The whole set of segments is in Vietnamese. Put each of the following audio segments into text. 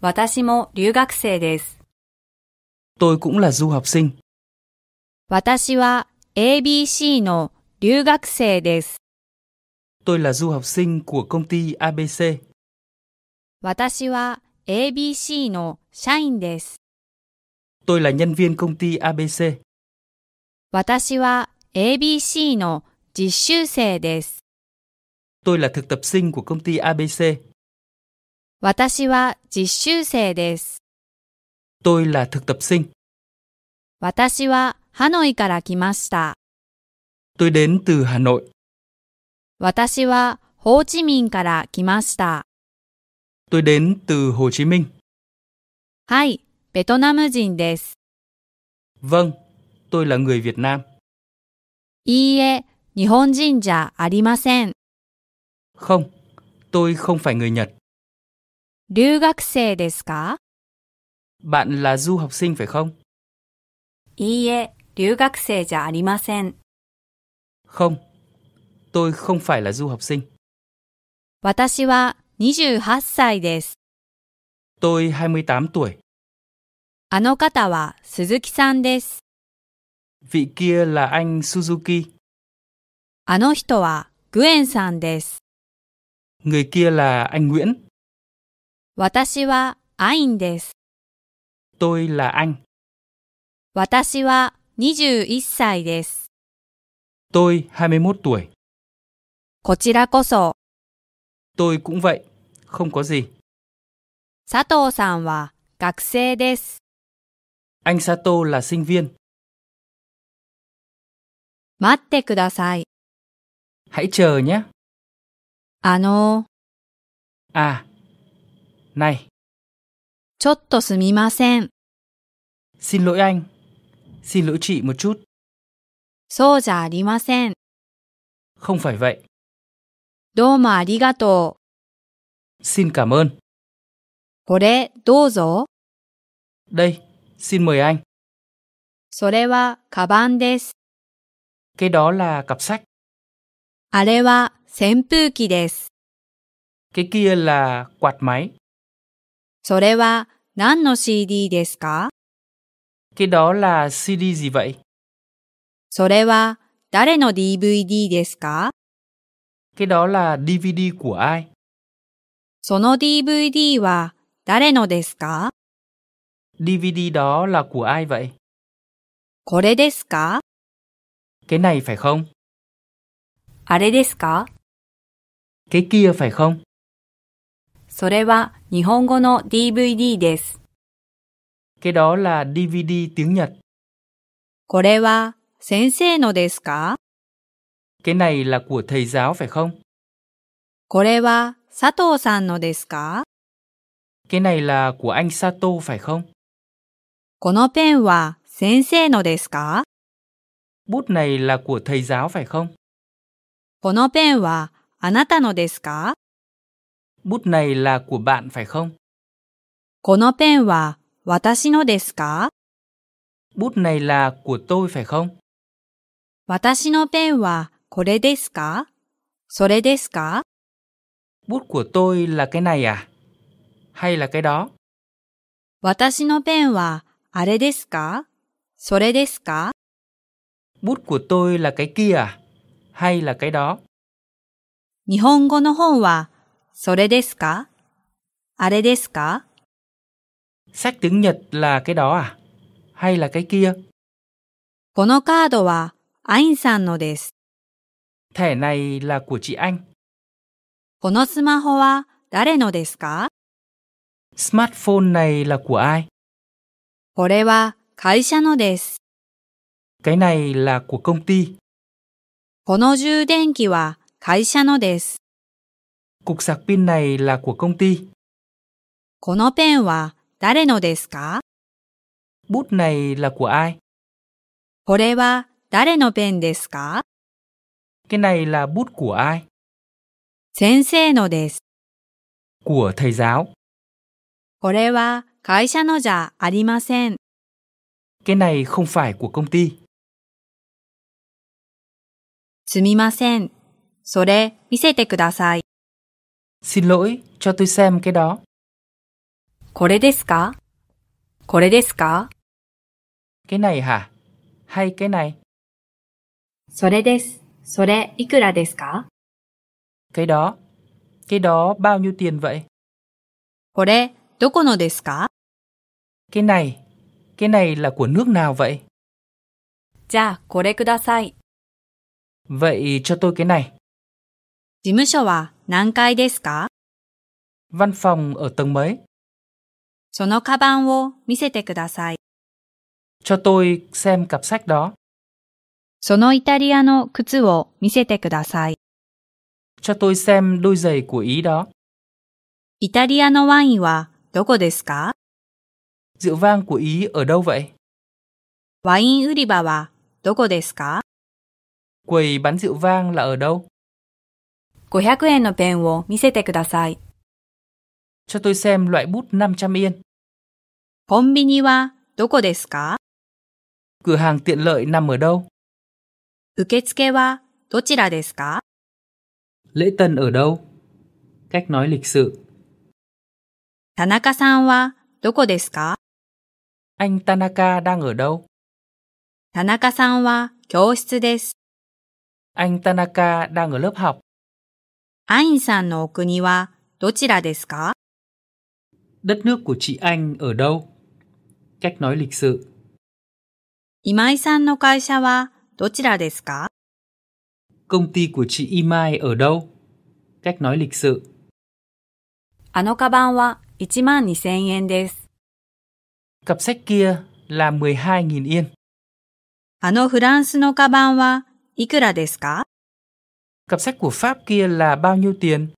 私も留学生です。 Tôi cũng là du học sinh. 私は ABC の留学生です。 Tôi là du học sinh của công ty ABC. 私は ABC の社員です。 Tôi là nhân viên công ty ABC. 私は ABC の実習生です。 Tôi là thực tập sinh của công ty ABC. 私は実習生です。 Tôi là thực tập sinh. 私はハノイから来ました。 Tôi đến từ Hà Nội. 私はホーチミンから来ました。 Tôi đến từ Hồ Chí Minh. はい、ベトナム人です。 Vâng, tôi là người Việt Nam. いいえ、日本人じゃありません。 Không, tôi không phải người Nhật. 留学生ですか Bạn là du học sinh phải không? いいえ、留学生じゃありません。 Không, tôi không phải là du học sinh. 私は28歳です。 Tôi 28 tuổi. あの方は鈴木さんです。 Vị kia là anh Suzuki, あの人はグエンさんです。 người kia là anh Nguyễn, 私はアインです。 tôi là anh, 私は21歳です。 tôi 21 tuổi. こちらこそ、 Tôi cũng vậy, không có gì. 佐藤さんは学生です。 Anh Sato là sinh viên, 待ってください。 hãy chờ nhé. あのー À, này, ちょっとすみません。 xin lỗi anh, xin lỗi chị một chút. そうじゃありません。 Không phải vậy, どうもありがとう。 xin cảm ơn. これ、どうぞ。 Đây, xin mời anh. それは、カバンです。 Cái đó là cặp sách, あれは、扇風機です。 cái kia là quạt máy, それは、何の CD ですか cái đó là CD gì vậy? それは、誰の DVD ですか Cái đó là DVD của ai? その DVD は、誰のですか DVD đó là của ai vậy? これですか Cái này phải không? あれですか Cái kia phải không? それは、日本語の DVD です。 Cái đó là DVD tiếng Nhật. これは、先生のですか Cái này là của thầy giáo phải không? これは、佐藤さんのですか Cái này là của anh Sato phải không? このペンは先生のですか Bút này là của thầy giáo phải không? このペンはあなたのですか Bút này là của bạn phải không? このペンは私のですか Bút này là của tôi phải không? 私のペンはこれですかそれですか Bút của tôi là cái này à? Hay là cái đó? 私のペンはあれですかそれですか Bút của tôi là cái kia à? Hay là cái đó? 日本語の本はそれですかあれですか Sách tiếng Nhật là cái đó à? Hay là cái kia? このカードはアインさんのです。 Thẻ này là của chị anh. このスマホは誰のですか Smartphone này là của ai? これは会社のです。 Cái này là của công ty. この充電器は会社のです。 Cục sạc pin này là của công ty. このペンは誰のですか Bút này là của ai? これは誰のペンですか Cái này là bút của ai? 先生のです。 Của thầy giáo. これは会社のじゃありません。 Cái này không phải của công ty. すみません。それ見せてください。 Xin lỗi, cho tôi xem cái đó. これですかこれですか cái này hả? Hay cái này? それです。それいくらですか Cái đó? Cái đó bao nhiêu tiền vậy? これどこのですか Cái này? Cái này là của nước nào vậy? じゃあこれください。 Vậy cho tôi cái này. 事務所は何階ですか Văn phòng ở tầng mấy? そのカバンを見せてください。 Cho tôi xem cặp sách đó. そのイタリアの靴を見せてください。 Cho tôi xem đôi giày của Ý đó. イタリアのワインはどこですか Rượu vang của Ý ở đâu vậy? ワイン売り場はどこですか Quầy bán rượu vang là ở đâu? 500円のペンを見せてください。 Cho tôi xem loại bút 500 yên. コンビニはどこですか Cửa hàng tiện lợi nằm ở đâu? 受付はどちらですか Lễ tân ở đâu? Cách nói lịch sự. 田中さんはどこですか Anh Tanaka đang ở đâu? 田中さんは教室です。 Anh Tanaka đang ở lớp học. アインさんのお国はどちらですか Đất nước của chị anh ở đâu? Cách nói lịch sự. 今井さんの会社はどちらですか Công ty của chị Imai ở đâu? Cách nói lịch sự. あのカバンは1万2000円です。 Cặp sách kia là 12.000 yên. あのフランスのカバンはいくらですか Cặp sách của Pháp kia là bao nhiêu tiền?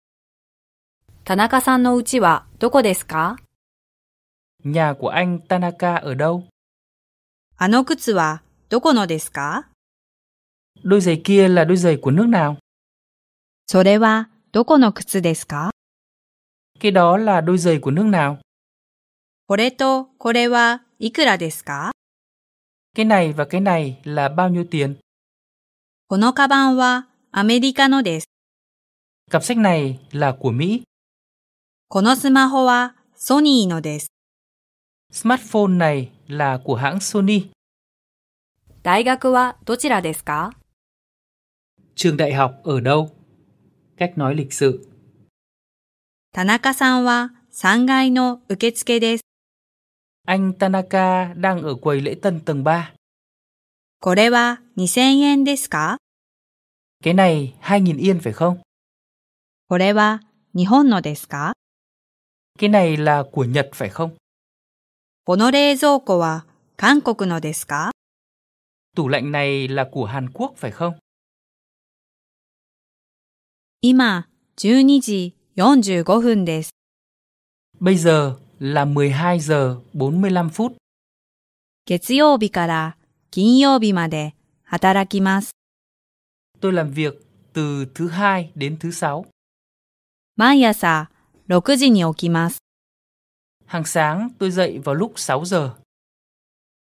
田中さんの家はどこですか Nhà của anh Tanaka ở đâu? あの靴はどこのですか Đôi giày kia là đôi giày của nước nào? それはどこの靴ですか Cái đó là đôi giày của nước nào? これとこれはいくらですか Cái này và cái này là bao nhiêu tiền? このカバンはアメリカのです。 Cặp sách này là của Mỹ. このスマホはソニーのです。 Smartphone này là của hãng Sony. 大学はどちらですか Trường đại học ở đâu? Cách nói lịch sự. 田中さんは3階の受付です。 Anh Tanaka đang ở quầy lễ tân tầng 3. これは2000円ですか Cái này 2.000 yên phải không? これは日本のですか Cái này là của Nhật phải không? この冷蔵庫は韓国のですか Tủ lạnh này là của Hàn Quốc phải không? 今、12時45分です。 Bây giờ là 12 giờ 45 phút. 月曜日から金曜日まで働きます。 Tôi làm việc từ thứ hai đến thứ sáu. 毎朝6時に起きます。 Hàng sáng tôi dậy vào lúc 6 giờ.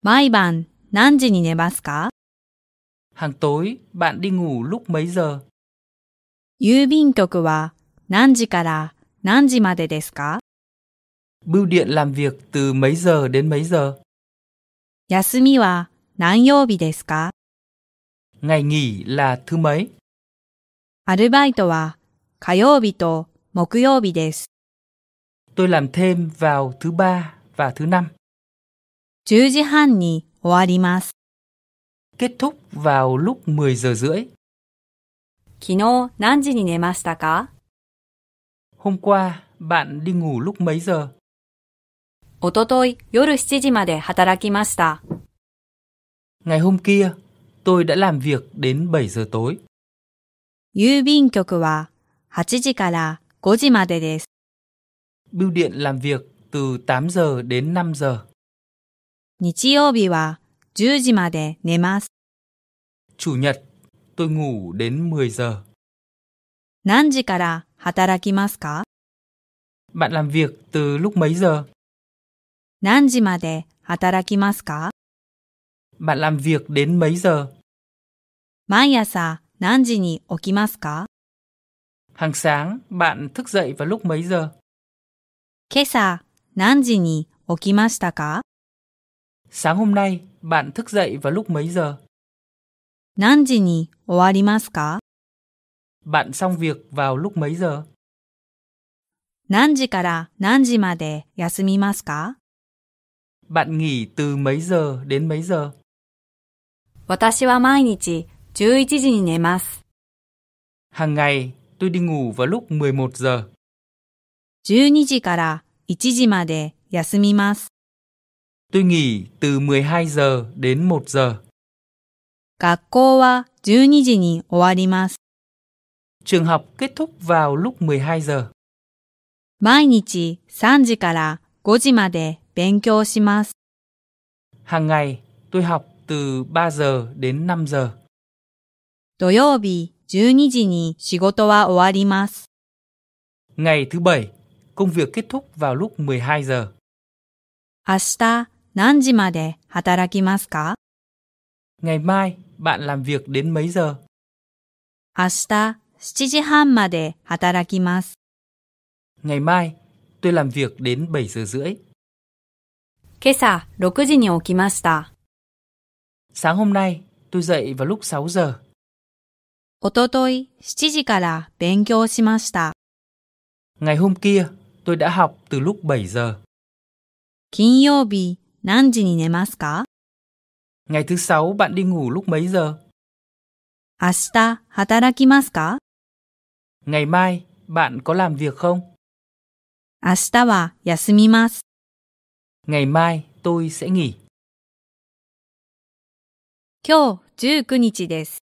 毎晩何時に寝ますか Hàng tối bạn đi ngủ lúc mấy giờ? 郵便局は何時から何時までですか Bưu điện làm việc từ mấy giờ đến mấy giờ? 休みは何曜日ですか Ngày nghỉ là thứ mấy? アルバイトは火曜日と木曜日です。 Tôi làm thêm vào thứ ba và thứ năm. 10時半に終わります。 Kết thúc vào lúc 10 giờ rưỡi. 昨日何時に寝ましたか Hôm qua bạn đi ngủ lúc mấy giờ? おととい夜7時まで働きました。 Ngày hôm kia tôi đã làm việc đến 7 giờ tối. 郵便局は8時から5時までです。 Bưu điện làm việc từ 8 giờ đến 5 giờ. 日曜日は10時まで寝ます。 Chủ nhật tôi ngủ đến 10 giờ. 何時から働きますか Bạn làm việc từ lúc mấy giờ? 何時まで働きますか Bạn làm việc đến mấy giờ? 毎朝何時に起きますか Hàng sáng bạn thức dậy vào lúc mấy giờ? 今朝何時に起きましたか Sáng hôm nay, bạn thức dậy vào lúc mấy giờ? 何時に終わりますか Bạn xong việc vào lúc mấy giờ? 何時から何時まで休みますか Bạn nghỉ từ mấy giờ đến mấy giờ? 私は毎日11時に寝ます。 Hàng ngày, tôi đi ngủ vào lúc 11 giờ. 12時から1時まで休みます。 Tôi nghỉ từ 12 giờ đến 1 giờ. 学校は12時に終わります。 Trường học kết thúc vào lúc 12 giờ. 毎日3時から5時まで勉強します。 Hàng ngày, tôi học từ 3 giờ đến 5 giờ. 土曜日12時に仕事は終わります。 Ngày thứ bảy, công việc kết thúc vào lúc 12 giờ. 明日何時まで働きますか Ngày mai, bạn làm việc đến mấy giờ? 明日7時半まで働きます。 Ngày mai, tôi làm việc đến 7 giờ rưỡi. 今朝6時に起きました。 Sáng hôm nay, tôi dậy vào lúc 6 giờ. おととい7時から勉強しました。 Ngày hôm kia, tôi đã học từ lúc 7 giờ. 金曜日何時に寝ますか Ngày thứ sáu, bạn đi ngủ lúc mấy giờ? 明日働きますか Ngày mai, bạn có làm việc không? 明日は休みます。 Ngày mai, tôi sẽ nghỉ. 今日19日です。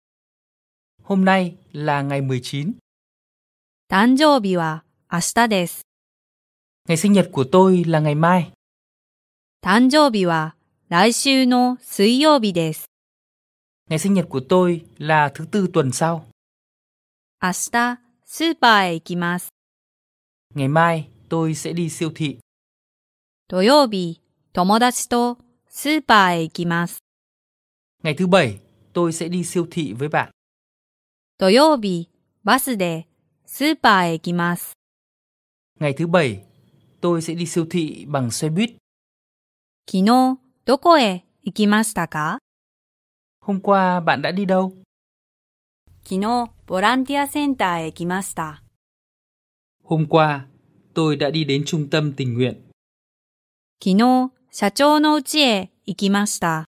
Hôm nay là ngày 19. 誕生日は明日です。 Ngày sinh nhật của tôi là ngày mai. 誕生日は来週の水曜日です。 Ngày sinh nhật của tôi là thứ tư tuần sau. 明日、スーパーへ行きます。 Ngày mai, tôi sẽ đi siêu thị. 土曜日、友達とスーパーへ行きます。 Ngày thứ bảy, tôi sẽ đi siêu thị với bạn. 土曜日、バスでスーパーへ行きます。 Ngày thứ bảy, tôi sẽ đi siêu thị bằng xe buýt. 昨日、どこへ行きましたか Hôm qua bạn đã đi đâu? 昨日ボランティアセンターへ行きました。 Hôm qua, tôi đã đi đến trung tâm tình nguyện. 昨日、社長の家へ行きました。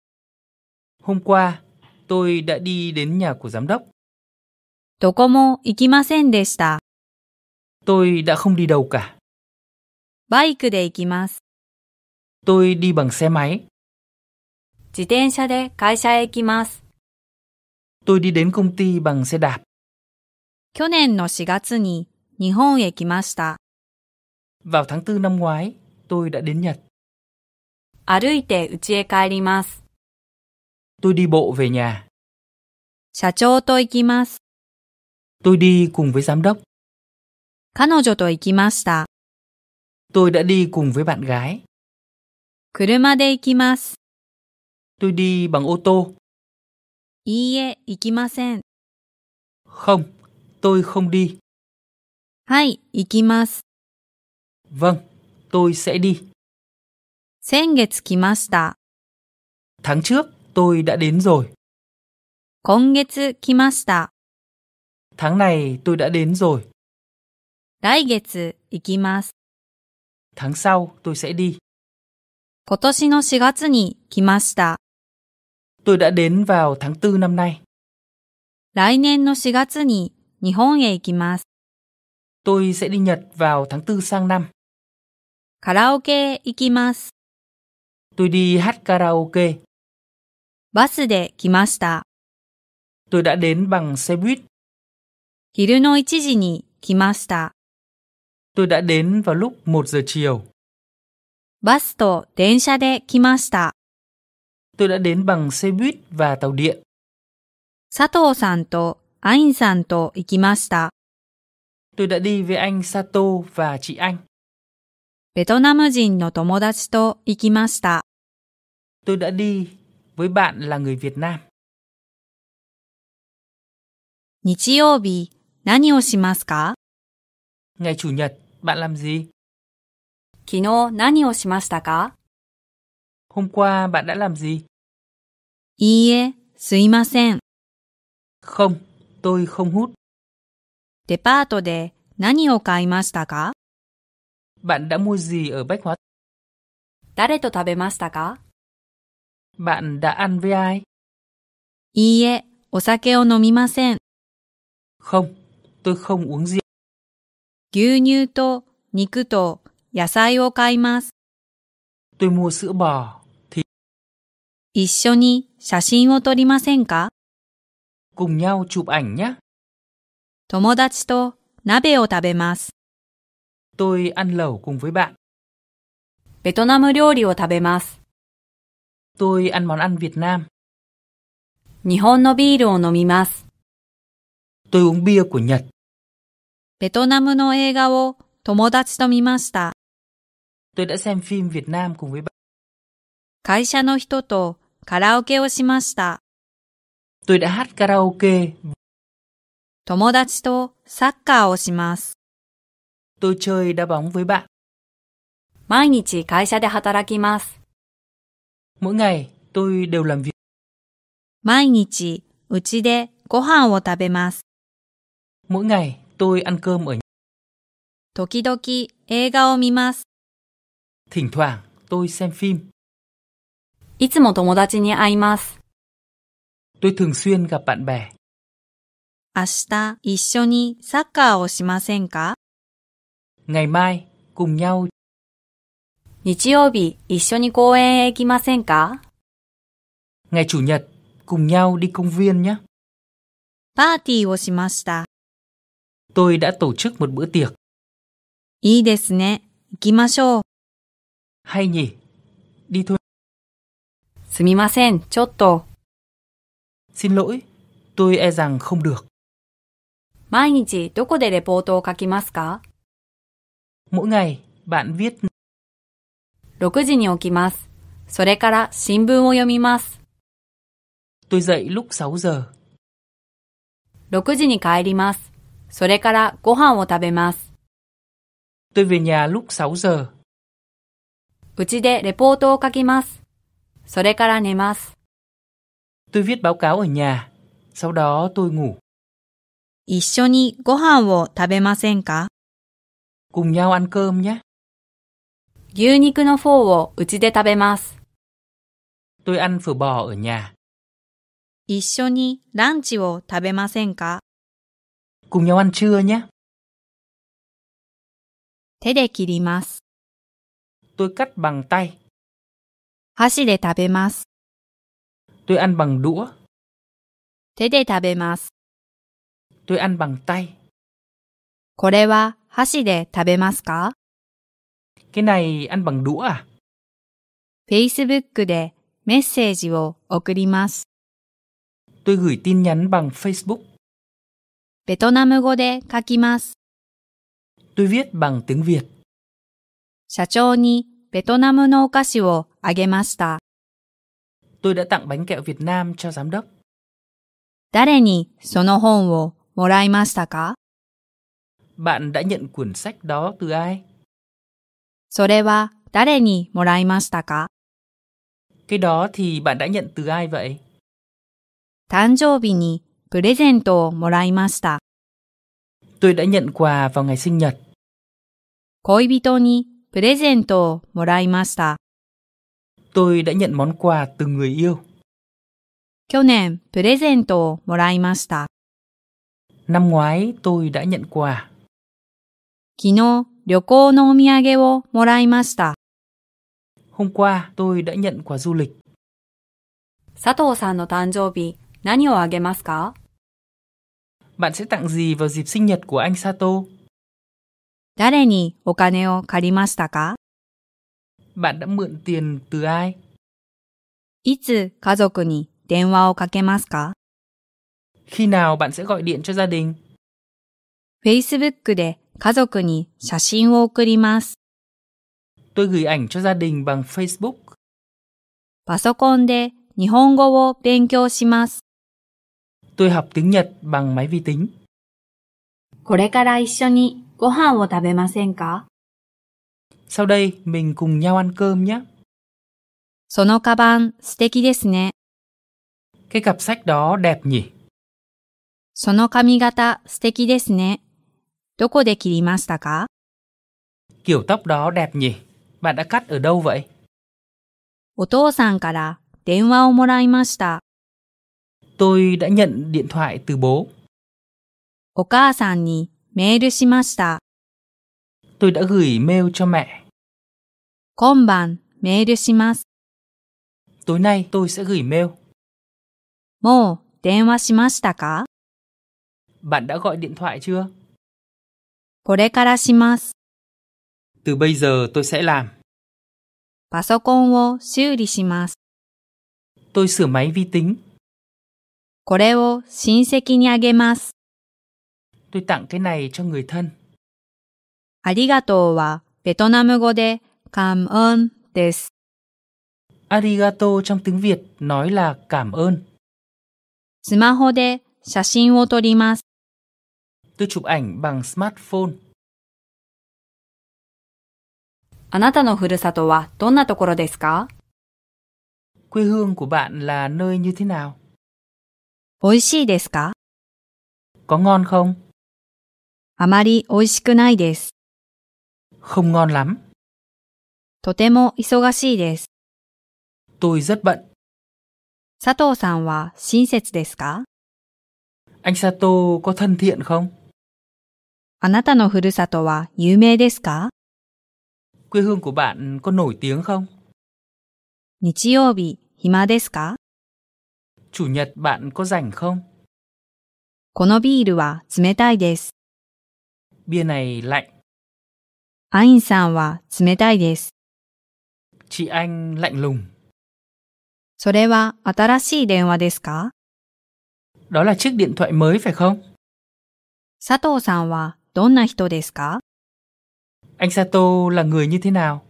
Hôm qua, tôi đã đi đến nhà của giám đốc. どこも行きませんでした。 Tôi đã không đi đâu cả. バイクで行きます。 Tôi đi bằng xe máy. 自転車で会社へ行きます。 Tôi đi đến công ty bằng xe đạp. 去年の4月に日本へ来ました。 Vào tháng 4 năm ngoái, tôi đã đến Nhật. 歩いて家へ帰ります。 Tôi đi bộ về nhà. 社長と行きます。 Tôi đi cùng với giám đốc. 彼女と行きました。 Tôi đã đi cùng với bạn gái. 車で行きます。 Tôi đi bằng ô tô. いいえ、行きません。 Không, tôi không đi. はい、行きます。 Vâng, tôi sẽ đi. 先月来ました。 Tháng trước, tôi đã đến rồi. 今月来ました。 Tháng này, tôi đã đến rồi. 来月行きます。 Tháng sau, tôi sẽ đi. 今年の4月に来ました。 Tôi đã đến vào tháng 4 năm nay. 来年の4月に日本へ行きます。 Tôi sẽ đi Nhật vào tháng 4 sang năm. カラオケへ行きます。 Tôi đi hát karaoke. バスで来ました。 Tôi đã đến bằng xe buýt. 昼の1時に来ました。 Tôi đã đến vào lúc 1 giờ chiều. バスと電車で来ました。 Tôi đã đến bằng xe buýt và tàu điện. 佐藤さんとアインさんと行きました。 Tôi đã đi với anh Sato và chị Anh. ベトナム人の友達と行きました。 Tôi đã đi với bạn là người Việt Nam. 日曜日、何をしますか Ngày chủ nhật, bạn làm gì? 昨日何をしましたか Hôm qua bạn đã làm gì? いいえ、すいません。 Không, tôi không hút. デパートで何を買いましたか Bạn đã mua gì ở Bách Hóa? 誰と食べましたか Bạn đã ăn với ai? いいえ、お酒を飲みません。 Không, tôi không uống rượu. 牛乳と肉と野菜を買います。 Tôi mua sữa bò. Thì 一緒に写真を撮りませんか cùng nhau chụp ảnh nhé. 友達と鍋を食べます。 Tôi ăn lẩu cùng với bạn. ベトナム料理を食べます。 Tôi ăn món ăn Việt Nam. 日本のビールを飲みます。 Tôi uống bia của Nhật. ベトナムの映画を友達と見ました。 Tôi đã xem phim Việt Nam cùng với bạn. 会社の人とカラオケをしました。 Tôi đã hát karaoke. 友達とサッカーをします。 Tôi chơi đá bóng với bạn. 毎日会社で働きます。 Mỗi ngày tôi đều làm việc. 毎日、うちでご飯を食べます。 Mỗi ngày tôi ăn cơm ở nhà. 時々映画を見ます。 Thỉnh thoảng tôi xem phim. いつも友達に会います。 Tôi thường xuyên gặp bạn bè. 明日、一緒にサッカーをしませんか Ngày mai cùng nhau 日曜日、一緒に公園へ行きませんか Ngày chủ nhật cùng nhau đi công viên nhé. パーティーをしました。 Tôi đã tổ chức một bữa tiệc. いいですね。行きましょう。 Hay nhỉ? Đi thôi. すみません、ちょっと。 Xin lỗi, tôi e rằng không được. 毎日どこでレポートを書きますか Mỗi ngày bạn viết 6時に起きます。それから新聞を読みます。 tôi dậy lúc 6 giờ, 6時に帰ります。それからご飯を食べます。 tôi về nhà lúc 6 giờ, うちでレポートを書きます。それから寝ます。 tôi viết báo cáo ở nhà, sau đó tôi ngủ, 一緒にご飯を食べませんか cùng nhau ăn cơm nhé. 牛肉のフォーをうちで食べます。 Tôi ăn phở bò ở nhà, 一緒にランチを食べませんか cùng nhau ăn trưa nhé. 手で切ります。 Tôi cắt bằng tay, 箸で食べます。 tôi ăn bằng đũa, 手で食べます。 tôi ăn bằng tay. これは箸で食べますか Cái này ăn bằng đũa à? ?Facebook でメッセージを送ります。 Tôi gửi tin nhắn bằng Facebook, ベトナム語で書きます。 tôi viết bằng tiếng Việt. 社長にベトナムのお菓子をあげました。 Tôi đã tặng bánh kẹo Việt Nam cho giám đốc. 誰にその本をもらいましたか Bạn đã nhận quyển sách đó từ ai? それは誰にもらいましたか Cái đó thì bạn đã nhận từ ai vậy? 誕生日にプレゼントをもらいました。 Tôi đã nhận quà vào ngày sinh nhật. 恋人にプレゼントをもらいました。 Tôi đã nhận món quà từ người yêu. 去年プレゼントをもらいました。 Năm ngoái tôi đã nhận quà. 昨日旅行のお土産をもらいました。 Hôm qua tôi đã nhận quà du lịch. 佐藤さんの誕生日、何をあげますか Bạn sẽ tặng gì vào dịp sinh nhật của anh Sato? 誰にお金を借りましたか Bạn đã mượn tiền từ ai? いつ家族に電話をかけますか Khi nào bạn sẽ gọi điện cho gia đình? Facebook で家族に写真を送ります。 Tôi gửi ảnh cho gia đình bằng Facebook. パソコンで日本語を勉強します。 Tôi học tiếng Nhật bằng máy vi tính. これから一緒にご飯を食べませんか Sau đây mình cùng nhau ăn cơm nhé. そのカバン素敵ですね。 Cái cặp sách đó đẹp nhỉ? その髪型素敵ですね。どこで切りましたか Kiểu tóc đó đẹp nhỉ? Bạn đã cắt ở đâu vậy? お父さんから電話をもらいました。 Tôi đã nhận điện thoại từ bố. お母さんにメールしました。 Tôi đã gửi mail cho mẹ. 今晩メールします。 Tối nay tôi sẽ gửi mail. もう電話しましたか Bạn đã gọi điện thoại chưa? これからします。 Từ bây giờ tôi sẽ làm. パソコンを修理します。 Tôi sửa máy vi tính. これを親戚にあげます。 Tôi tặng cái này cho người thân. ありがとうはベトナム語でカムウンです。 Arigato trong tiếng Việt nói là cảm ơn. スマホで写真を撮ります。 Tôi chụp ảnh bằng smartphone. あなたのふるさとはどんなところですか Quê hương của bạn là nơi như thế nào? 美味しいですか Có ngon không? あまり美味しくないです。 Không ngon lắm. とても忙しいです。 Tôi rất bận. 佐藤さんは親切ですか Anh Sato có thân thiện không? あなたのふるさとは有名ですか Quê hương của bạn có nổi tiếng không? 日曜日暇ですか Chủ nhật bạn có rảnh không? このビールは冷たいです。 Bia này lạnh. アインさんは冷たいです。 Chị anh lạnh lùng. それは新しい電話ですか Đó là chiếc điện thoại mới phải không? 佐藤さんはどんな人ですか Anh Sato là người như thế nào?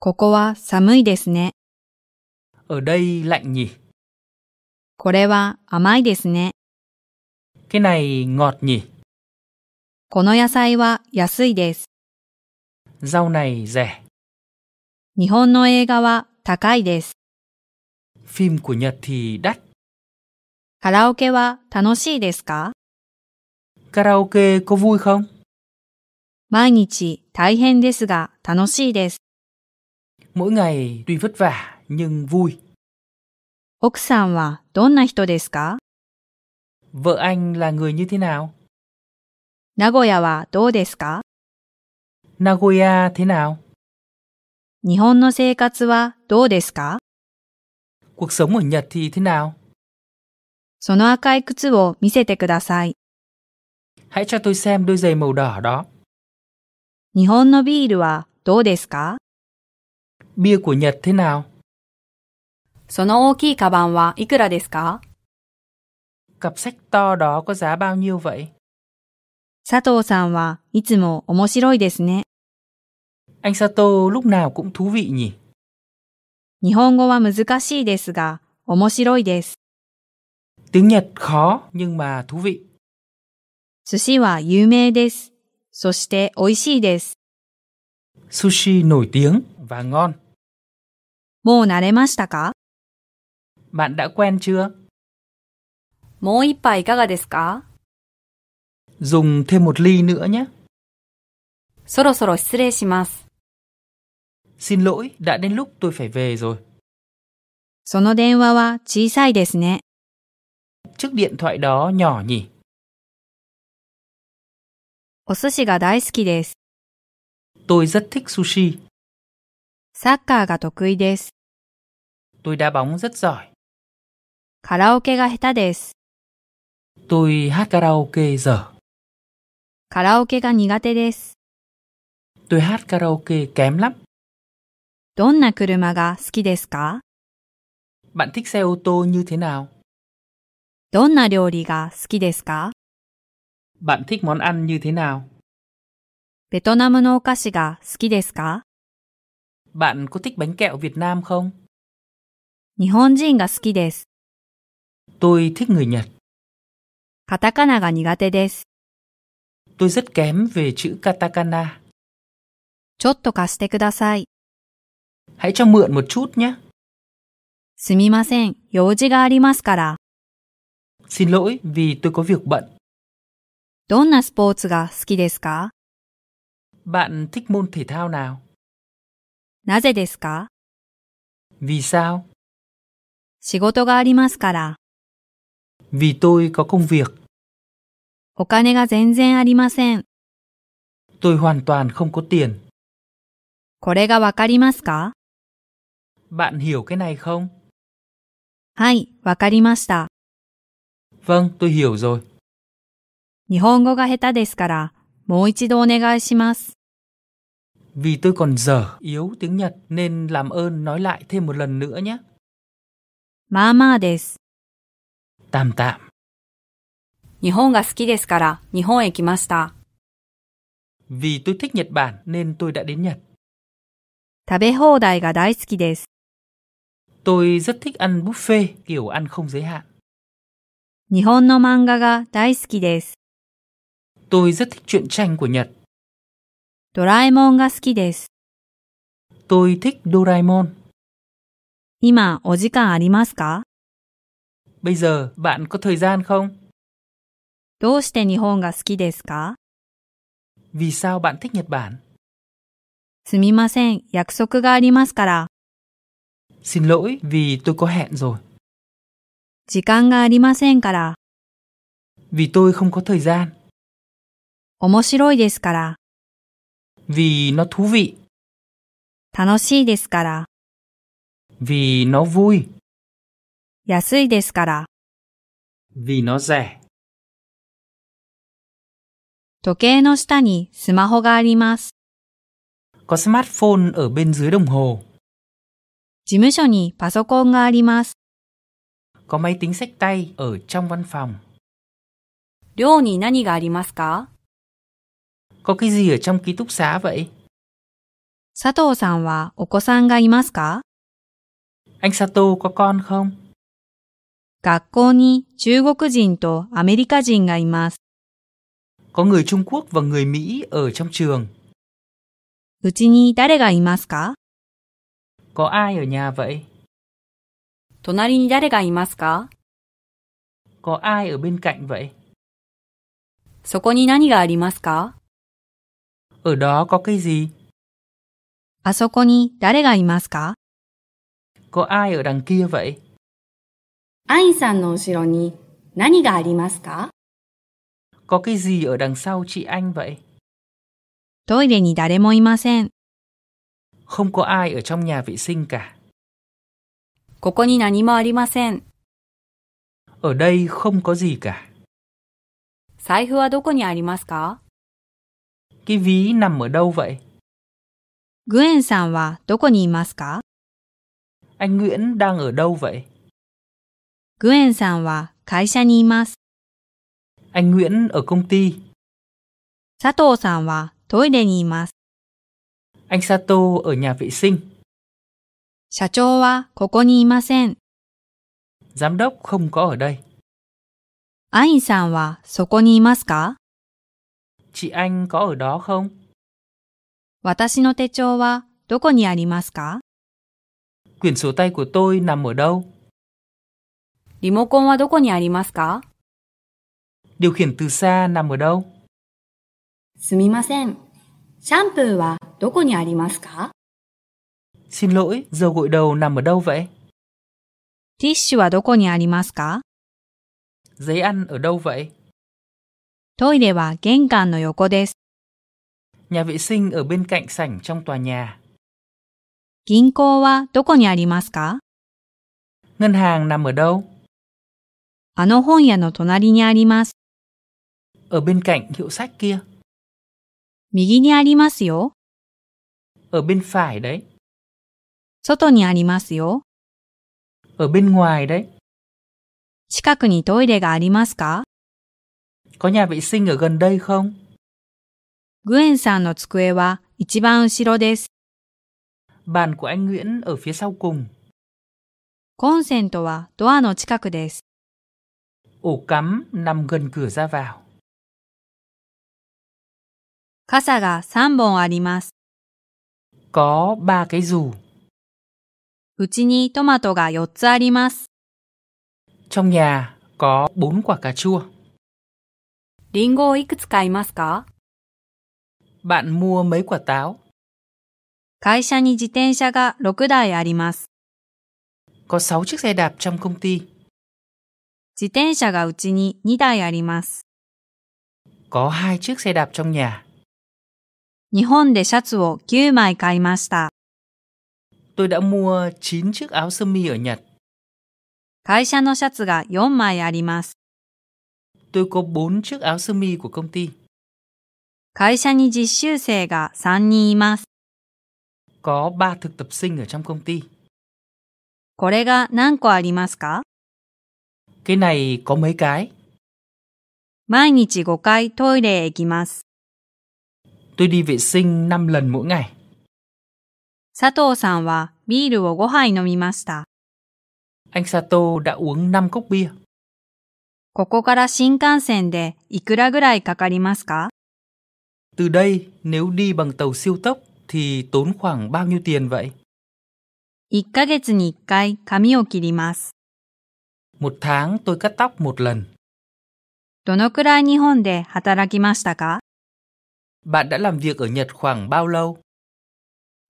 ここは寒いですね。 Ở đây lạnh nhỉ? これは甘いですね。 Cái này ngọt nhỉ? この野菜は安いです。 Rau này rẻ. 日本の映画は高いです。 Phim của Nhật thì đắt. カラオケは楽しいですか Karaoke có vui không? 毎日大変ですが楽しいです。 Mỗi ngày tuy vất vả nhưng vui. 奥さんはどんな人ですか Vợ anh là người như thế nào? 名古屋はどうですか Nagoya thế nào? 日本の生活はどうですか Cuộc sống ở Nhật thì thế nào? その赤い靴を見せてください。 Hãy cho tôi xem đôi giày màu đỏ đó. 日本のビールはどうですか Bia của Nhật thế nào? その大きいカバンはいくらですか Cặp sách to đó có giá bao nhiêu vậy? 佐藤さんはいつも面白いですね。 Anh Sato lúc nào cũng thú vị nhỉ? 日本語は難しいですが、面白いです。 Tiếng Nhật khó nhưng mà thú vị. 寿司は有名です。そして美味しいです。 Sushi nổi tiếng và ngon. もう慣れましたか Bạn đã quen chưa? もう一杯いかがですか Dùng thêm một ly nữa nhé. そろそろ失礼します。 Xin lỗi, đã đến lúc tôi phải về rồi. その電話は小さいですね。 Chiếc điện thoại đó nhỏ nhỉ? お寿司が大好きです。 Tôi rất thích sushi. サッカーが得意です。 Tôi đá bóng rất giỏi. カラオケが下手です。 Tôi hát karaoke dở. カラオケが苦手です。 Tôi hát karaoke kém lắm. どんな車が好きですか Bạn thích xe ô tô như thế nào? どんな料理が好きですか Bạn thích món ăn như thế nào? ベトナムのお菓子が好きですか Bạn có thích bánh kẹo Việt Nam không? 日本人が好きです。 Tôi thích người Nhật. カタカナが苦手です。 Tôi rất kém về chữ katakana. ちょっと貸してください。 Hãy cho mượn một chút nhé. すみません。用事がありますから。 Xin lỗi vì tôi có việc bận. どんなスポーツが好きですか Bạn thích môn thể thao nào? なぜですか Vì sao? 仕事がありますから。 Vì tôi có công việc. お金が全然ありません。 Tôi hoàn toàn không có tiền. これがわかりますか Bạn hiểu cái này không? はい、わかりました。 Vâng, tôi hiểu rồi. 日本語が下手ですから、もう一度お願いします。 Vì tôi còn dở yếu tiếng Nhật nên làm ơn nói lại thêm một lần nữa nhé. まあまあです。 Tạm tạm. 日本が好きですから日本へ来ました。 Vì tôi thích Nhật Bản nên tôi đã đến Nhật. 食べ放題が大好きです。 Tôi rất thích ăn buffet, kiểu ăn không giới hạn. 日本の漫画が大好きです。 Tôi rất thích truyện tranh của Nhật. ドラえもんが好きです。 Tôi thích Doraemon. 今、お時間ありますか Bây giờ bạn có thời gian không? どうして日本が好きですか Vì sao bạn thích Nhật Bản? すみません、約束がありますから。 Xin lỗi vì tôi có hẹn rồi. 時間がありませんから。 Vì tôi không có thời gian. 面白いですから。 Vì nó thú vị. 楽しいですから。 Vì nó vui. 安いですから。 Vì nó rẻ. 時計の下にスマホがあります。 Có smartphone ở bên dưới đồng hồ. 事務所にパソコンがあります。 Có máy tính sách tay ở trong văn phòng. 寮に何がありますか Có cái gì ở trong ký túc xá vậy? 佐藤さんはお子さんがいますか Anh Sato có con không? 学校に中国人とアメリカ人がいます。 Có người Trung Quốc và người Mỹ ở trong trường. うちに誰がいますか Có ai ở nhà vậy? 隣に誰がいますか Có ai ở bên cạnh vậy? そこに何がありますか Ở đó có cái gì? あそこに誰がいますか Có ai ở đằng kia vậy? アインさんの後ろに何がありますか Có cái gì ở đằng sau chị anh vậy? トイレに誰もいません。 Không có ai ở trong nhà vệ sinh cả. ここに何もありません。 Ở đây không có gì cả. 財布はどこにありますか Cái ví nằm ở đâu vậy? グエンさんはどこにいますか Anh Nguyễn đang ở đâu vậy? グエンさんは会社にいます。 Anh Nguyễn ở công ty. 佐藤さんはトイレにいます。 Anh Sato ở nhà vệ sinh. 社長はここにいません。 Giám đốc không có ở đây. アインさんはそこにいますか Chị anh có ở đó không? 私の手帳はどこにありますか Quyển sổ tay của tôi nằm ở đâu? リモコンはどこにありますか Điều khiển từ xa nằm ở đâu? すみません。シャンプーはどこにありますか Xin lỗi, dầu gội đầu nằm ở đâu vậy? ティッシュはどこにありますか Giấy ăn ở đâu vậy? トイレは玄関の横です。 Nhà vệ sinh ở bên cạnh sảnh trong tòa nhà. 銀行はどこにありますか Ngân hàng nằm ở đâu? あの本屋の隣にあります。 Ở bên cạnh hiệu sách kia. 右にありますよ。 Ở bên phải đấy. 外にありますよ。 Ở bên ngoài đấy. 近くにトイレがありますか Có nhà vệ sinh ở gần đây không? グエンさんの机は一番後ろです。 Bàn của anh Nguyễn ở phía sau cùng. コンセントはドアの近くです。 Ổ cắm nằm gần cửa ra vào. 傘が3本あります。 có ba cái dù. うちにトマトが4つあります。 Trong nhà có bốn quả cà chua. リンゴをいくつ買いますか Bạn mua mấy quả táo? 会社に自転車が6台あります。 Có 6 chiếc xe đạp trong công ty. 自転車がうちに2台あります。 Có hai chiếc xe đạp trong nhà. 日本でシャツを9枚買いました。 Tôi đã mua 9 chiếc áo sơ mi ở Nhật. 会社のシャツが4枚あります。 Tôi có 4 chiếc áo sơ mi của công ty. 会社に実習生が3人います。 Có 3 thực tập sinh ở trong công ty. これが何個ありますか Cái này có mấy cái? 毎日5回トイレへ行きます。 Tôi đi vệ sinh 5 lần mỗi ngày. 佐藤さんはビールを5杯飲みました。 Anh Sato đã uống 5 cốc bia. ここから新幹線でいくらぐらいかかりますか Từ đây, nếu đi bằng tàu siêu tốc thì tốn khoảng bao nhiêu tiền vậy? ?1 ヶ月に1回髪を切ります。 Một tháng tôi cắt tóc một lần. どのくらい日本で働きましたか Bạn đã làm việc ở Nhật khoảng bao lâu?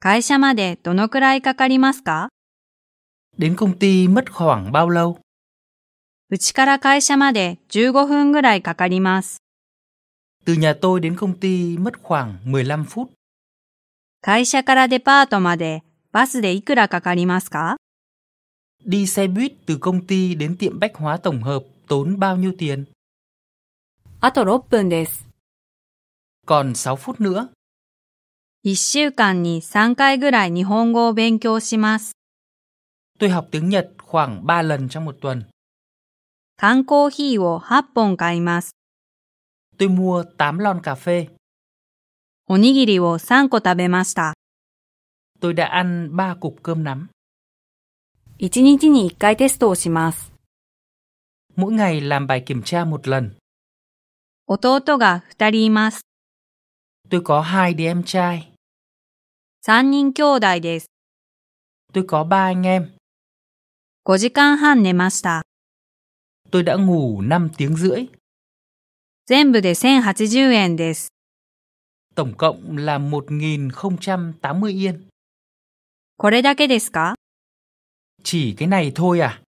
会社までどのくらいかかりますか Đến công ty mất khoảng bao lâu? うちから会社まで15分ぐらいかかります。 Từ nhà tôi đến công ty mất khoảng 15 phút. 会社からデパートまでバスでいくらかかりますか Đi xe buýt từ công ty đến tiệm bách hóa tổng hợp tốn bao nhiêu tiền? あと6分です。 Còn 6 phút nữa. 1週間に3回ぐらい日本語を勉強します。 Tôi học tiếng Nhật khoảng 3 lần trong một tuần. 缶コーヒーを8本買います。 Tôi mua 8 lon cà phê. おにぎりを3個食べました。 Tôi đã ăn 3 cục cơm nắm. 1日に1回テストをします。 Mỗi ngày làm bài kiểm tra một lần. 弟が2人います。 Tôi có hai đứa em trai. 3人兄弟です。 Tôi có ba anh em. 5時間半寝ました。 Tôi đã ngủ 5 tiếng rưỡi. 全部で1080円です。 Tổng cộng là 1.080 yên. これだけですか Chỉ cái này thôi à?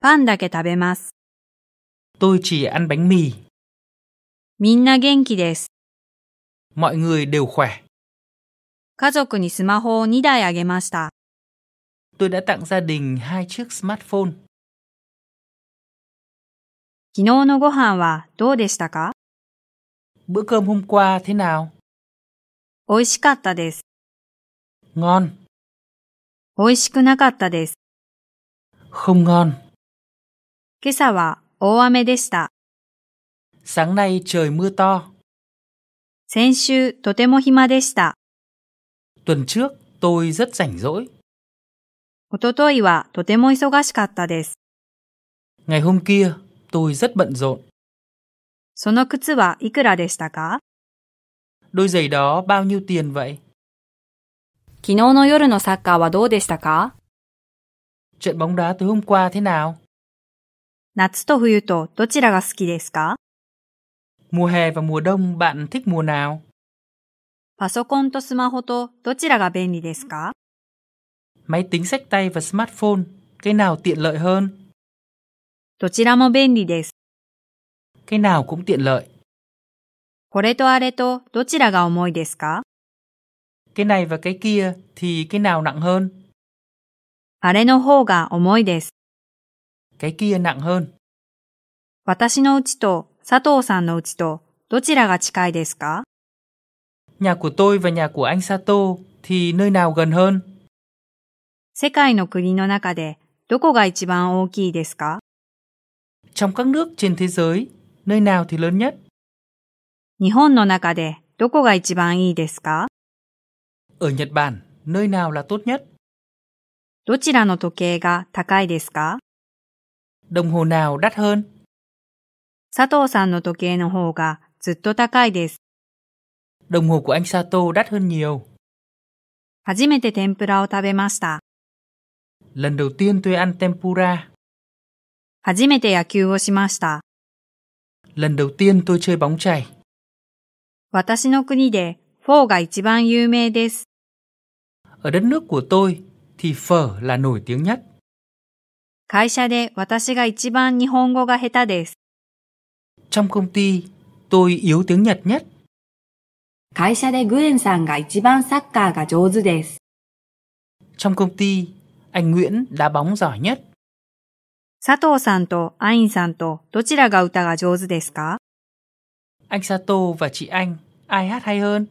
パンだけ食べます。 Tôi chỉ ăn bánh mì. みんな元気です。 Mọi người đều khỏe. 家族にスマホを2台あげました。 Tôi đã tặng gia đình hai chiếc smartphone. 昨日のご飯はどうでしたか Bữa cơm hôm qua thế nào? 美味しかったです。 Ngon, 美味しくなかったです。 không ngon. 今朝は大雨でした。 Sáng nay trời mưa to. 先週とても暇でした。 Tuần trước tôi rất rảnh rỗi. おとといはとても忙しかったです。 Ngày hôm kia tôi rất bận rộn. その靴はいくらでしたか Đôi giày đó bao nhiêu tiền vậy? 昨日の夜のサッカーはどうでしたか Trận bóng đá tối hôm qua thế nào? 夏と冬とどちらが好きですか Mùa hè và mùa đông bạn thích mùa nào? パソコンとスマホとどちらが便利ですか Máy tính sách tay và smartphone, cái nào tiện lợi hơn? どちらも便利です。 Cái nào cũng tiện lợi. これとあれとどちらが重いですか Cái này và cái kia thì cái nào nặng hơn? あれの方が重いです。 Cái kia nặng hơn. 私のうちと佐藤さんのうちとどちらが近いですか Nhà của tôi và nhà của anh Sato thì nơi nào gần hơn? 世界の国の中でどこが一番大きいですか Trong các nước trên thế giới, nơi nào thì lớn nhất? 日本の中でどこが一番いいですか Ở Nhật Bản, nơi nào là tốt nhất? どちらの時計が高いですか Đồng hồ nào đắt hơn? 佐藤さんの時計の方がずっと高いです。 Đồng hồ của anh Sato đắt hơn nhiều. 初めて天ぷらを食べました。 Lần đầu tiên tôi ăn tempura. 初めて野球をしました。 Lần đầu tiên tôi chơi bóng chày. 私の国でフォーが一番有名です。 Ở đất nước của tôi thì phở là nổi tiếng nhất. 会社で私が一番日本語が下手です。 Trong công ty, tôi yếu tiếng Nhật nhất. 会社でグエンさんが一番サッカーが上手です。 Trong công ty, anh Nguyễn đá bóng giỏi nhất. 佐藤さんとアインさんとどちらが歌が上手ですか Anh Sato và chị Anh, ai hát hay hơn?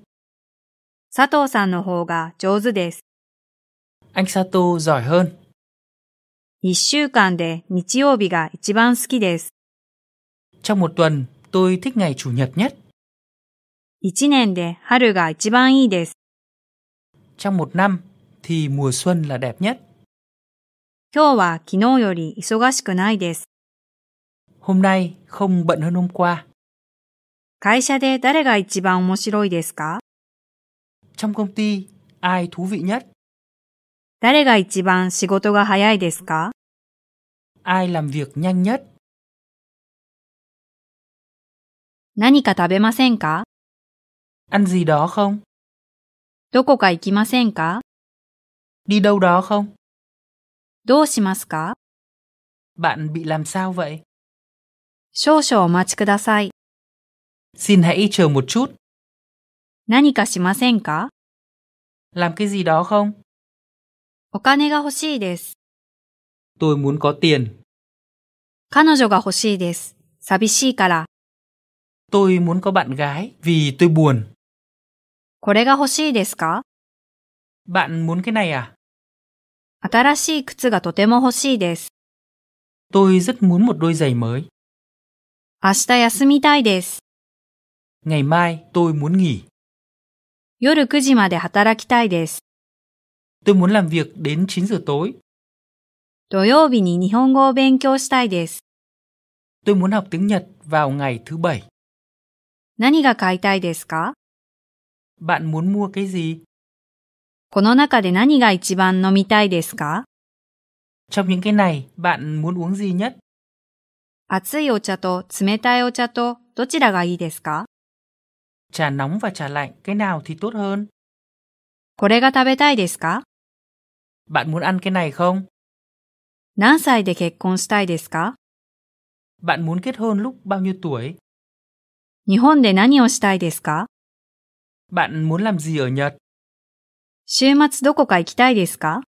佐藤さんの方が上手です。 Anh Sato giỏi hơn. 一週間で日曜日が一番好きです。 Trong một tuần, tôi thích ngày chủ nhật nhất. 一年で春が一番いいです。 Trong một năm thì mùa xuân là đẹp nhất. 今日は昨日より忙しくないです。 Hôm nay không bận hơn hôm qua. 会社で誰が一番面白いですか Trong công ty, ai thú vị nhất? 誰が一番仕事が早いですか Ai làm việc nhanh nhất? 何か食べませんか Ăn gì đó không? どこか行きませんか Đi đâu đó không? どうしますか Bạn bị làm sao vậy? 少々お待ちください。 Xin hãy chờ một chút. 何かしませんか Làm cái gì đó không? お金が欲しいです。 Tôi muốn có tiền. 彼女が欲しいです。寂しいから。 Tôi muốn có bạn gái vì tôi buồn. これが欲しいですか Bạn muốn cái này à? 新しい靴がとても欲しいです。 Tôi rất muốn một đôi giày mới. 明日休みたいです。 Ngày mai tôi muốn nghỉ. 夜9時まで働きたいです。 Tôi muốn làm việc đến 9 giờ tối. 土曜日に日本語を勉強したいです。 Tôi muốn học tiếng Nhật vào ngày thứ bảy. 何が買いたいですか Bạn muốn mua cái gì? この中で何が一番飲みたいですか Trong những cái này, bạn muốn uống gì nhất? 熱いお茶と冷たいお茶とどちらがいいですか Trà nóng và trà lạnh, cái nào thì tốt hơn? これが食べたいですか Bạn muốn ăn cái này không? 何歳で結婚したいですか Bạn muốn kết hôn lúc bao nhiêu tuổi? 日本で何をしたいですか Bạn muốn làm gì ở Nhật? 週末どこか行きたいですか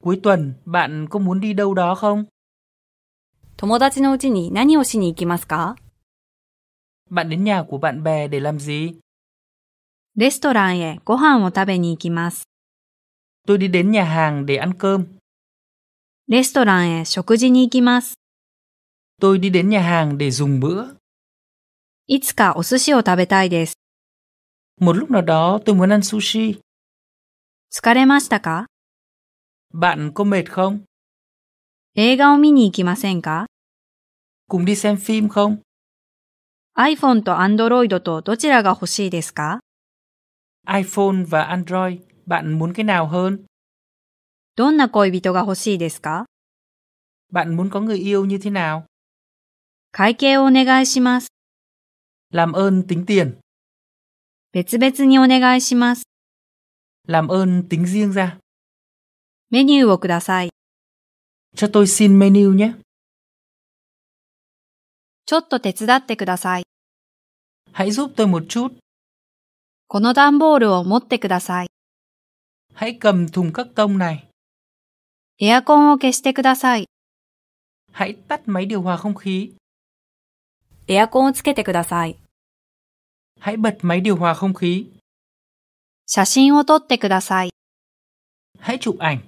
Cuối tuần, bạn có muốn đi đâu đó không? 友達のうちに何をしに行きますか Bạn đến nhà của bạn bè để làm gì? レストランへご飯を食べに行きます。 Tôi đi đến nhà hàng để ăn cơm. レストランへ食事に行きます。 Tôi đi đến nhà hàng để dùng bữa. いつかお寿司を食べたいです。 Một lúc nào đó tôi muốn ăn sushi. 疲れましたか Bạn có mệt không? 映画を見に行きませんか Cùng đi xem phim không? iPhone と Android とどちらが欲しいですか iPhone và Android, bạn muốn cái nào hơn? どんな恋人が欲しいですか Bạn muốn có người yêu như thế nào? 会計をお願いします。 Làm ơn tính tiền, 別々にお願いします。 làm ơn tính riêng ra. メニューをください。 Cho tôi xin menu nhé. ちょっと手伝ってください。 Hãy giúp tôi một chút, この段ボールを持ってください。 hãy cầm thùng các tông này, エアコンを消してください。 hãy tắt máy điều hòa không khí, エアコンをつけてください。 hãy bật máy điều hòa không khí, 写真を撮ってください。 hãy chụp ảnh,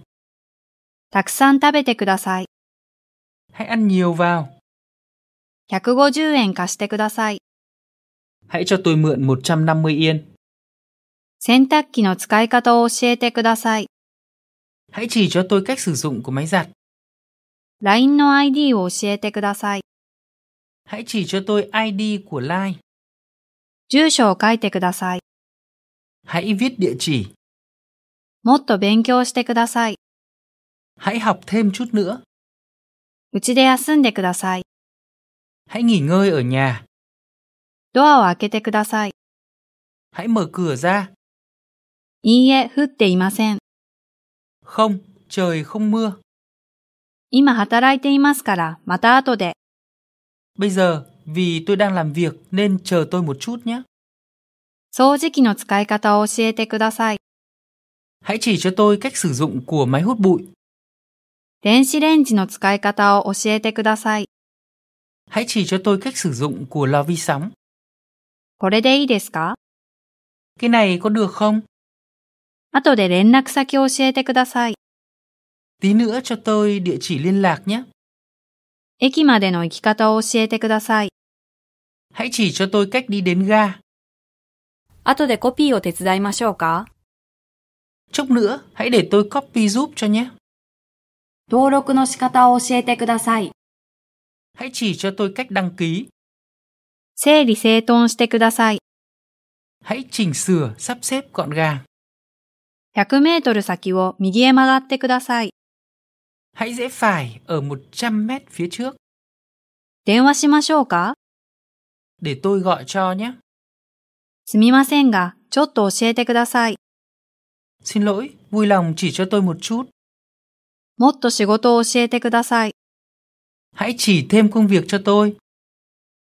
たくさん食べてください。 hãy ăn nhiều vào, 150円貸してください。 hãy cho tôi mượn 150 yên, 洗濯機の使い方を教えてください。 hãy chỉ cho tôi cách sử dụng của máy giặt, LINE の ID を教えてください。 hãy chỉ cho tôi ID của Line, 住所を書いてください。 hãy viết địa chỉ, もっと勉強してください。 Hãy học thêm chút nữa. うちで休んでください。 Hãy nghỉ ngơi ở nhà. ドアを開けてください。 Hãy mở cửa ra. いいえ、降っていません。 Không, trời không mưa. 今働いていますから、また後で。 Bây giờ, vì tôi đang làm việc nên chờ tôi một chút nhé. 掃除機の使い方を教えてください。 Hãy chỉ cho tôi cách sử dụng của máy hút bụi. 電子レンジの使い方を教えてください。 Hãy chỉ cho tôi cách sử dụng của lò vi sóng. これでいいですか Cái này có được không? 後で連絡先を教えてください。 Tí nữa cho tôi địa chỉ liên lạc nhé. 駅までの行き方を教えてください。 Hãy chỉ cho tôi cách đi đến ga. 後でコピーを手伝いましょうか Chốc nữa, hãy để tôi copy giúp cho nhé. 登録の仕方を教えてください。 Hãy chỉ cho tôi cách đăng ký. 整理整頓してください。 Hãy chỉnh sửa, sắp xếp gọn gàng. 100メートル先を右へ曲がってください。 Hãy rẽ phải ở 100 mét phía trước 電話しましょうか để tôi gọi cho nhé. すみませんが、ちょっと教えてください。 Xin lỗi, vui lòng chỉ cho tôi một chút. もっと仕事を教えてください。 Hãy chỉ thêm công việc cho tôi.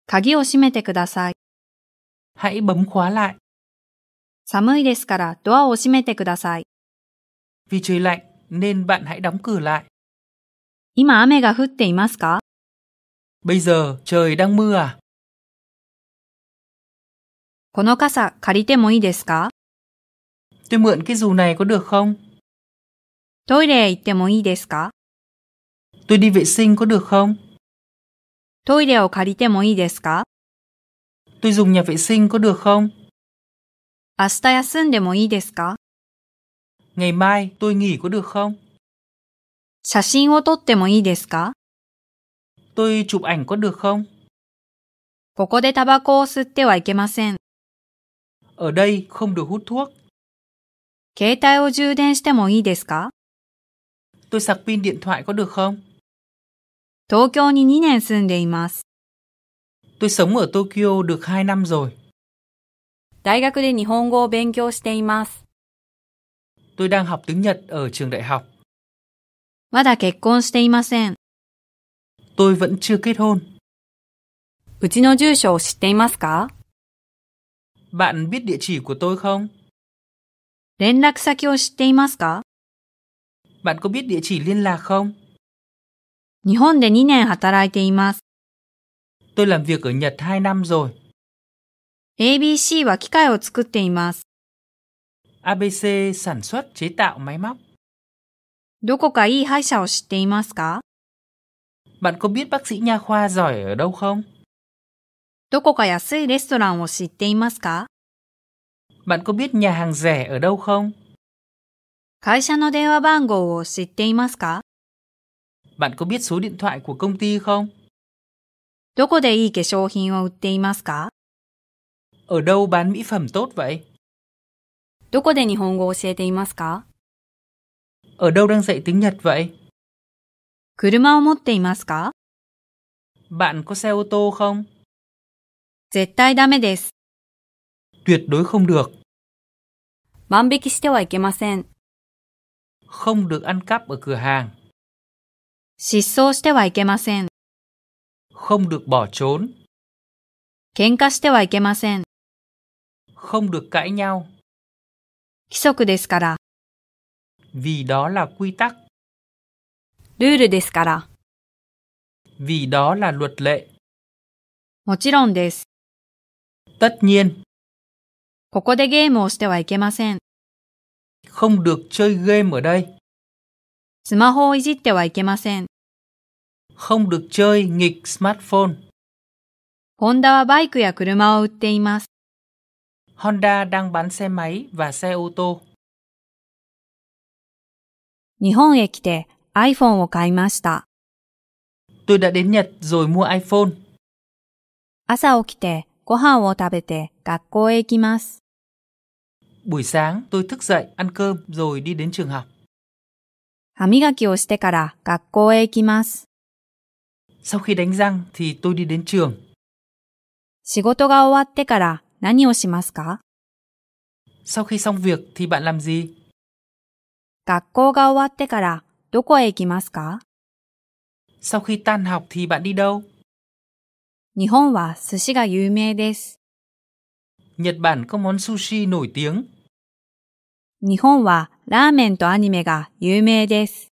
鍵を閉めてください。 Hãy bấm khóa lại. 寒いですからドアを閉めてください。 Vì trời lạnh nên bạn hãy đóng cửa lại. 今雨が降っていますか Bây giờ trời đang mưa à? この傘借りてもいいですか Tôi mượn cái dù này có được không? トイレへ行ってもいいですか Tôi đi vệ sinh có được không? トイレを借りてもいいですか Tôi dùng nhà vệ sinh có được không? 明日休んでもいいですか Ngày mai tôi nghỉ có được không? 写真を撮ってもいいですか Tôi chụp ảnh có được không? ここでタバコを吸ってはいけません。 Ở đây không được hút thuốc. 携帯を充電してもいいですか Tôi sạc pin điện thoại có được không? 東京に2年住んでいます。 Tôi sống ở Tokyo được 2 năm rồi. 大学で日本語を勉強しています。 Tôi đang học tiếng Nhật ở trường đại học. まだ結婚していません。 Tôi vẫn chưa kết hôn. うちの住所を知っていますか Bạn biết địa chỉ của tôi không? 連絡先を知っていますか Bạn có biết địa chỉ liên lạc không? 日本で2年働いています。 Tôi làm việc ở Nhật 2 năm rồi. ABC は機械を作っています。 ABC sản xuất chế tạo máy móc. どこかいい歯医者を知っていますか Bạn có biết bác sĩ nha khoa giỏi ở đâu không? どこか安いレストランを知っていますか Bạn có biết nhà hàng rẻ ở đâu không? 会社の電話番号を知っていますか Bạn có biết số điện thoại của công ty không? どこでいい化粧品を売っていますか Ở đâu bán mỹ phẩm tốt vậy? どこで日本語を教えていますか Ở đâu đang dạy tiếng Nhật vậy? 車を持っていますか Bạn có xe ô tô không? 絶対ダメです。 Tuyệt đối không được. 万引きしてはいけません。 Không được ăn cắp ở cửa hàng. 失踪してはいけません。 Không được bỏ trốn. 喧嘩してはいけません。 Không được cãi nhau. 規則ですから。 Vì đó là quy tắc. ルールですから。 Vì đó là luật lệ. もちろんです。 Tất nhiên, ここでゲームをしてはいけません。 không được chơi game ở đây. スマホをいじってはいけません。 Không được chơi nghịch smartphone. ホンダはバイクや車を売っています。 Honda đang bán xe máy và xe ô tô. 日本へ来て iPhone を買いました。 Tôi đã đến Nhật rồi mua iPhone. 朝起きてご飯を食べて学校へ行きます。 Buổi sáng tôi thức dậy, ăn cơm rồi đi đến trường học. 歯磨きをしてから学校へ行きます。 Sau khi đánh răng thì tôi đi đến trường. 仕事が終わってから何をしますか Sau khi xong việc thì bạn làm gì? 学校が終わってからどこへ行きますか Sau khi tan học thì bạn đi đâu? 日本は寿司が有名です。 Nhật Bản có món sushi nổi tiếng. 日本はラーメンとアニメが有名です。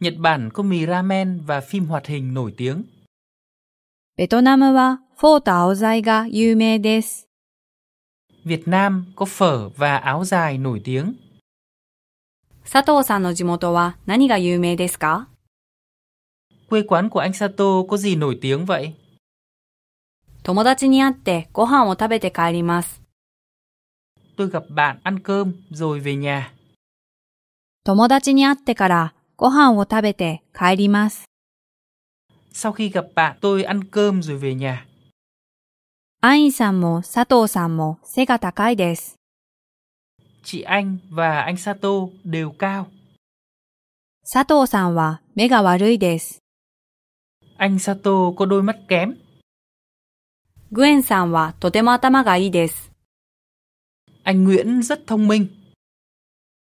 Nhật Bản có mì ramen và phim hoạt hình nổi tiếng. ベトナムはフォーと青菜が有名です。 Việt Nam có phở và áo dài nổi tiếng. 佐藤さんの地元は何が有名ですか Quê quán của anh Sato có gì nổi tiếng vậy? 友達に会ってご飯を食べて帰ります。 Tôi gặp bạn ăn cơm rồi về nhà. 友達に会ってからご飯を食べて帰ります。 Sau khi gặp bạn, tôi ăn cơm rồi về nhà. アインさんも佐藤さんも背が高いです。 Chị Anh và anh Sato đều cao. 佐藤さんは目が悪いです。 Anh Sato có đôi mắt kém. グエンさんはとても頭がいいです。 Anh Nguyễn rất thông minh.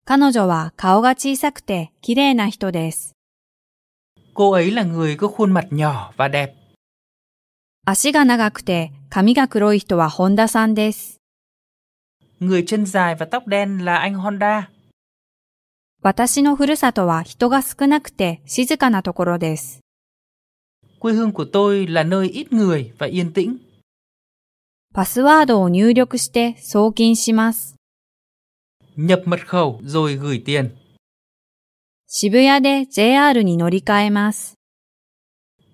彼女は顔が小さくて綺麗な人です。 Cô ấy là người có khuôn mặt nhỏ và đẹp. 足が長くて髪が黒い人は本田さんです。 Người chân dài và tóc đen là anh Honda. 私のふるさとは人が少なくて静かなところです。 Quê hương của tôi là nơi ít người và yên tĩnh. パスワードを入力して送金します。 Nhập mật khẩu rồi gửi tiền. 渋谷で JR に乗り換えます。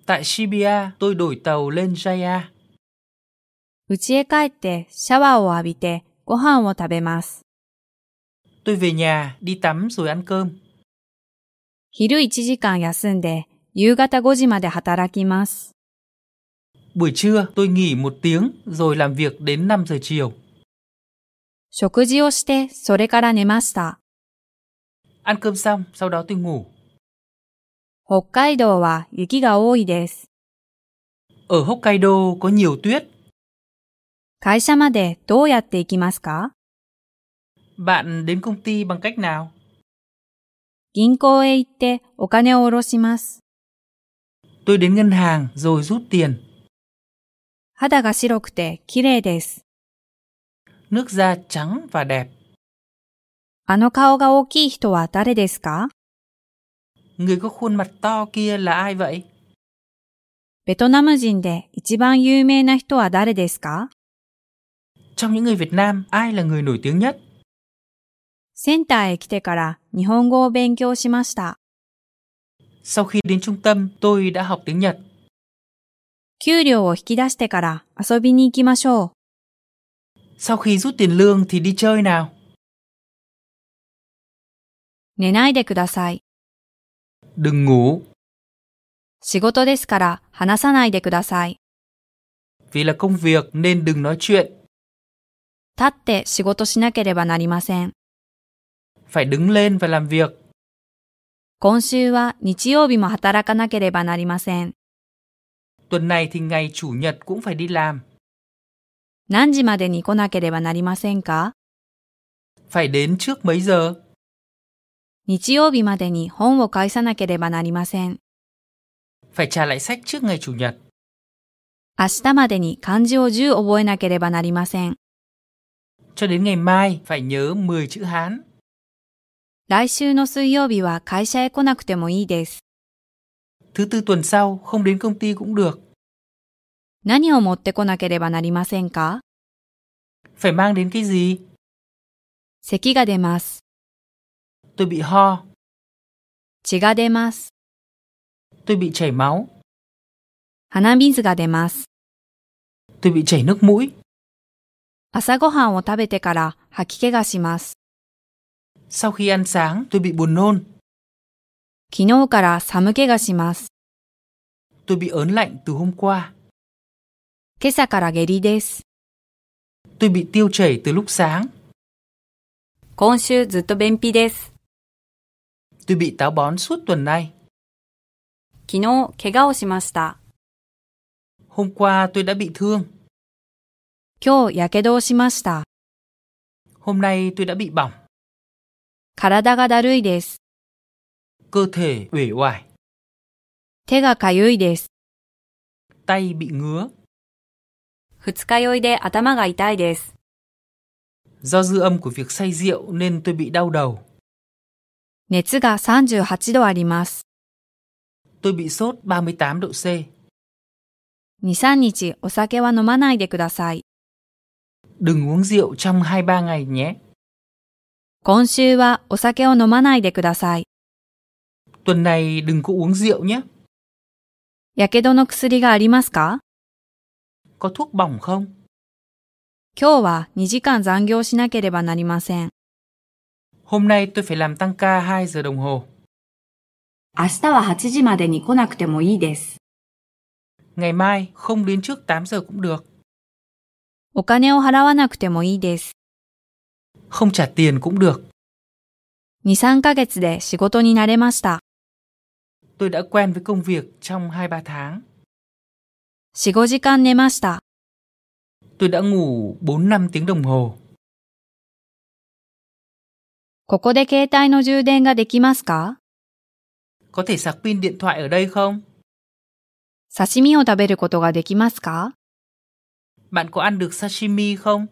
Tại Shibuya, tôi đổi tàu lên Jaya. 家へ帰ってシャワーを浴びてご飯を食べます。 Tôi về nhà, đi tắm rồi ăn cơm. 昼1時間休んで夕方5時まで働きます。 Buổi trưa, tôi nghỉ một tiếng rồi làm việc đến 5 giờ chiều. 食事をしてそれから寝ました。 Ăn cơm xong, sau đó tôi ngủ. 北海道は雪が多いです。 Ở Hokkaido có nhiều tuyết. 会社までどうやって行きますか Bạn đến công ty bằng cách nào? 銀行へ行ってお金を下ろします。 Tôi đến ngân hàng rồi rút tiền. 肌が白くて綺麗です。 Nước da trắng và đẹp. あの顔が大きい人は誰ですか Người có khuôn mặt to kia là ai vậy? ベトナム人で一番有名な人は誰ですか Trong những người Việt Nam, ai là người nổi tiếng nhất? センターへ来てから日本語を勉強しました。 Sau khi đến trung tâm, tôi đã học tiếng Nhật. 給料を引き出してから遊びに行きましょう。 Sau khi rút tiền lương thì đi chơi nào? 寝ないでください。 Đừng ngủ, 仕事ですから話さないでください。 vì là công việc nên đừng nói chuyện. 立って仕事しなければなりません。 Phải đứng lên và làm việc. 今週は日曜日も働かなければなりません。 Tuần này thì ngày chủ nhật cũng phải đi làm. 何時までに来なければなりませんか Phải đến trước mấy giờ? 日曜日までに本を返さなければなりません。 Phải trả lại sách trước ngày chủ nhật. 明日までに漢字を10覚えなければなりません。 Cho đến ngày mai phải nhớ 10 chữ Hán. 来週の水曜日は会社へ来なくてもいいです。 Thứ tư tuần sau không đến công ty cũng được. 何を持ってこなければなりませんか Phải mang đến cái gì? 咳が出ます。 Tôi bị ho, 血が出ます。 tôi bị chảy máu, 鼻水が出ます。 tôi bị chảy nước mũi. 朝ごはんを食べてから吐き気がします。 Sau khi ăn sáng tôi bị buồn nôn, 昨日から寒気がします。 tôi bị ớn lạnh từ hôm qua, 今朝から下痢です。 tôi bị tiêu chảy từ lúc sáng, 今週ずっと便秘です。 Tôi bị táo bón suốt tuần nay. 昨日、怪我をしました。 Hôm qua tôi đã bị thương. 今日、やけどをしました。 Hôm nay tôi đã bị bỏng. 体がだるいです。 Cơ thể uể oải. 手がかゆいです。 Tay bị ngứa. 二日酔いで頭が痛いです。 Do dư âm của việc say rượu nên tôi bị đau đầu. 熱が38度あります。 Tôi bị sốt 38 độ C. 2、3日お酒は飲まないでください。 Đừng uống rượu trong 2-3 ngày nhé. 今週はお酒を飲まないでください。 Tuần này đừng có uống rượu nhé. やけどの薬がありますか Có thuốc bỏng không? 今日は2時間残業しなければなりません。 Hôm nay tôi phải làm tăng ca 2 giờ đồng hồ. 明日は8時までに来なくてもいいです。 Ngày mai không đến trước 8 giờ cũng được. お金を払わなくてもいいです。 Không trả tiền cũng được. 2、3ヶ月で仕事に慣れました。 Tôi đã quen với công việc trong 2-3 tháng. 4、5時間寝ました。 Tôi đã ngủ 4-5 tiếng đồng hồ. ここで携帯の充電ができますか Có thể sạc pin điện thoại ở đây không? 刺身を食べることができますか Bạn có ăn được sashimi không?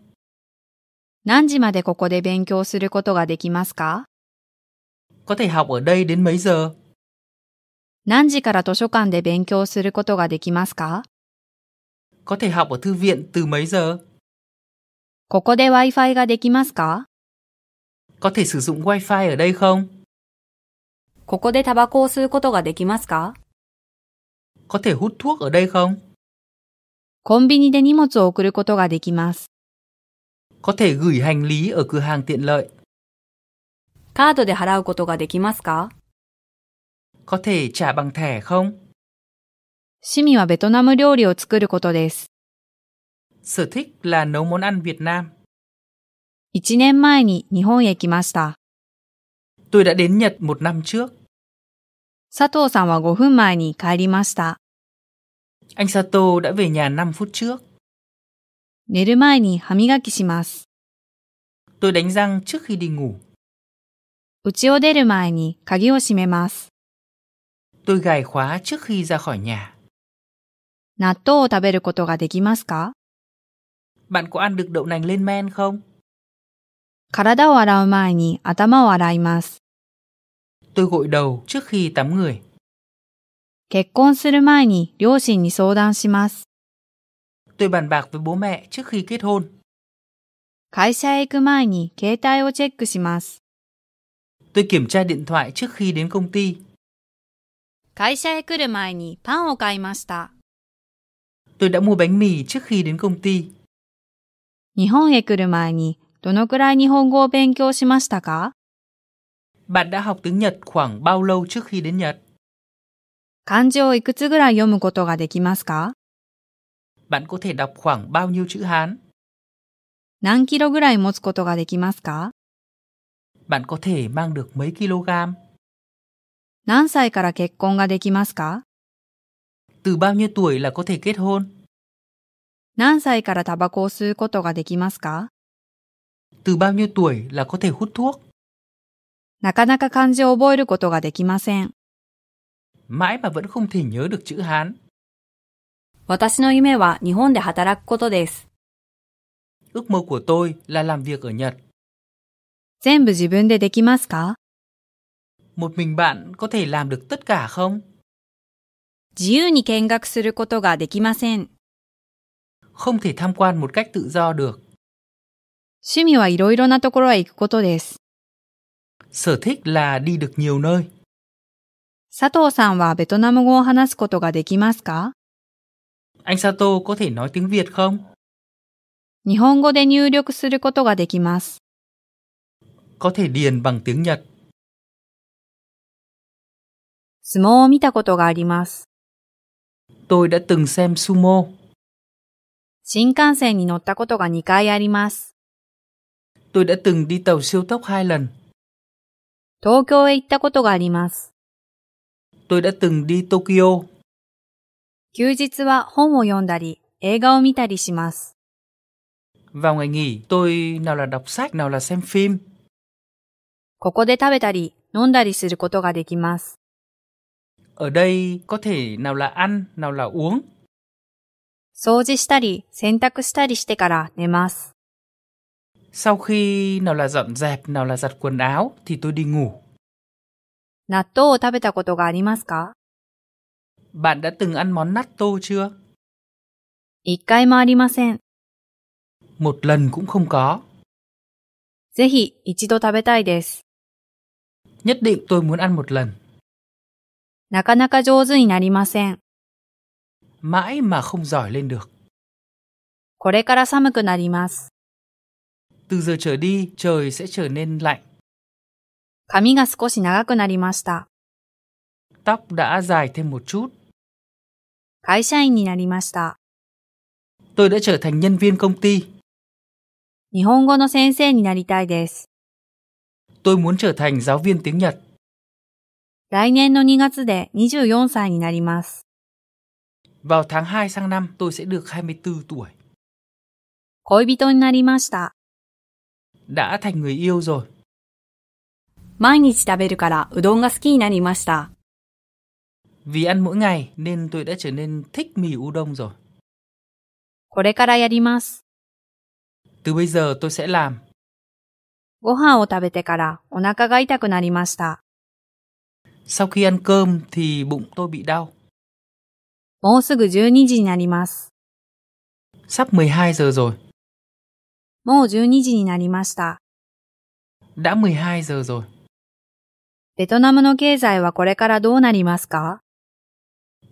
何時までここで勉強することができますか Có thể học ở đây đến mấy giờ? 何時から図書館で勉強することができますか Có thể học ở thư viện từ mấy giờ? ここで Wi-Fi ができますか Có thể sử dụng wifi ở đây không? ここでタバコを吸うことができますか Có thể hút thuốc ở đây không? コンビニで荷物を送ることができます。 Có thể gửi hành lý ở cửa hàng tiện lợi. カードで払うことができますか Có thể trả bằng thẻ không? 趣味はベトナム料理を作ることです。 Sở thích là nấu món ăn Việt Nam. 1年前に日本へ来ました。 Tôi đã đến Nhật một năm trước. 佐藤さんは5分前に帰りました。 Anh Sato đã về nhà 5 phút trước. 寝る前に歯磨きします。 Tôi đánh răng trước khi đi ngủ. 家を出る前に鍵を閉めます。 Tôi gài khóa trước khi ra khỏi nhà. 納豆を食べることができますか Bạn có ăn được đậu nành lên men không? 体を洗う前に頭を洗います。 Tôi gội đầu trước khi tắm người. 結婚する前に両親に相談します。 Tôi bàn bạc với bố mẹ trước khi kết hôn. 会社へ行く前に携帯をチェックします。 Tôi kiểm tra điện thoại trước khi đến công ty. 会社へ来る前にパンを買いました。 Tôi đã mua bánh mì trước khi đến công ty. 日本へ来る前にどのくらい日本語を勉強しましたか Bạn đã học tiếng Nhật khoảng bao lâu trước khi đến Nhật? 漢字をいくつぐらい読むことができますか Bạn có thể đọc khoảng bao nhiêu chữ Hán? 何キロぐらい持つことができますか Bạn có thể mang được mấy kg? 何歳から結婚ができますか Từ bao nhiêu tuổi là có thể kết hôn? 何歳からタバコを吸うことができますか Từ bao nhiêu tuổi là có thể hút thuốc? なかなか漢字を覚えることができません。 Mãi mà vẫn không thể nhớ được chữ Hán. 私の夢は日本で働くことです。 Ước mơ của tôi là làm việc ở Nhật. 全部自分でできますか Một mình bạn có thể làm được tất cả không? 自由に見学することができません。 Không thể tham quan một cách tự do được. 趣味はいろいろなところへ行くことです。 Sở thích là đi được nhiều nơi. 佐藤さんはベトナム語を話すことができますか Anh Sato có thể nói tiếng Việt không? 日本語で入力することができます。 Có thể điền bằng tiếng Nhật. 相撲を見たことがあります。 Tôi đã từng xem sumo. 新幹線に乗ったことが2回あります。 Tôi đã từng đi tàu siêu tốc hai lần. 東京へ行ったことがあります。 Tôi đã từng đi Tokyo. 休日は本を読んだり、映画を見たりします。 Vào ngày nghỉ, tôi nào là đọc sách, nào là xem phim. ここで食べたり、飲んだりすることができます。 Ở đây có thể nào là ăn, nào là uống. 掃除したり、洗濯したりしてから寝ます。 Sau khi nào là dọn dẹp, nào là giặt quần áo thì tôi đi ngủ. 納豆を食べたことがありますか Bạn đã từng ăn món nát tô chưa? 一回もありません。 Một lần cũng không có. ぜひ一度食べたいです。 Nhất định tôi muốn ăn một lần. なかなか上手になりません。 Mãi mà không giỏi lên được. これから寒くなります。 Từ giờ trở đi, trời sẽ trở nên lạnh. 髪が少し長くなりました。 Tóc đã dài thêm một chút. 会社員になりました。 Tôi đã trở thành nhân viên công ty. 日本語の先生になりたいです。 Tôi muốn trở thành giáo viên tiếng Nhật. 来年の2月で24歳になります。 Vào tháng 2 sang năm, tôi sẽ được 24 tuổi. 恋人になりました。 Đã thành người yêu rồi. 毎日食べるからうどんが好きになりました。 Vì ăn mỗi ngày nên tôi đã trở nên thích mì u đông rồi. これからやります。 Từ bây giờ tôi sẽ làm. ご飯を食べてからお腹が痛くなりました。 Sau khi ăn cơm thì bụng tôi bị đau. もうすぐ12時になります。 Sắp 12 giờ rồi. もう12時になりました。 Đã 12 giờ rồi. ベトナムの経済はこれからどうなりますか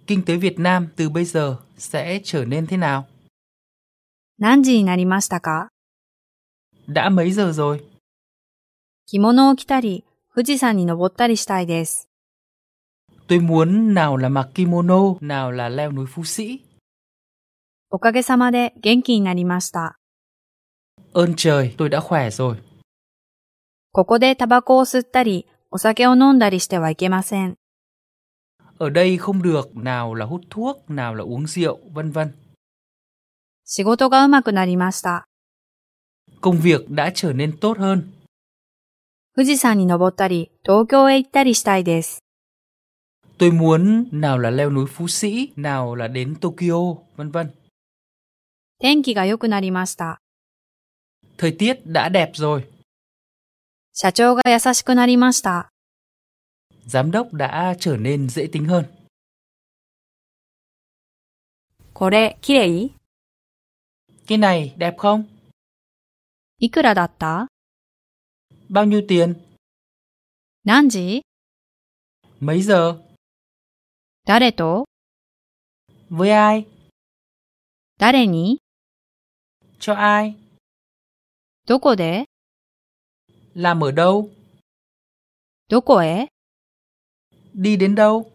Kinh tế Việt Nam từ bây giờ sẽ trở nên thế nào? 何時になりましたか Đã mấy giờ rồi? 着物を着たり、富士山に登ったりしたいです。 Tôi muốn nào là mặc kimono, nào là leo núi Phú Sĩ. おかげさまで元気になりました。 Ơn trời, tôi đã khỏe rồi. ここでタバコを吸ったり、お酒を飲んだりしてはいけません。 Ở đây không được, nào là hút thuốc, nào là uống rượu, vân vân. 仕事がうまくなりました。 Công việc đã trở nên tốt hơn. 富士山に登ったり、東京へ行ったりしたいです。 Tôi muốn nào là leo núi Phú Sĩ, nào là đến Tokyo, vân vân. 天気が良くなりました。 Thời tiết đã đẹp rồi. 社長が優しくなりました。 Giám đốc đã trở nên dễ tính hơn. これ、きれい Cái này đẹp không? いくらだった Bao nhiêu tiền? 何時 Mấy giờ? 誰と Với ai? 誰に Cho ai? どこで Làm ở đâu? どこへ Đi đến đâu?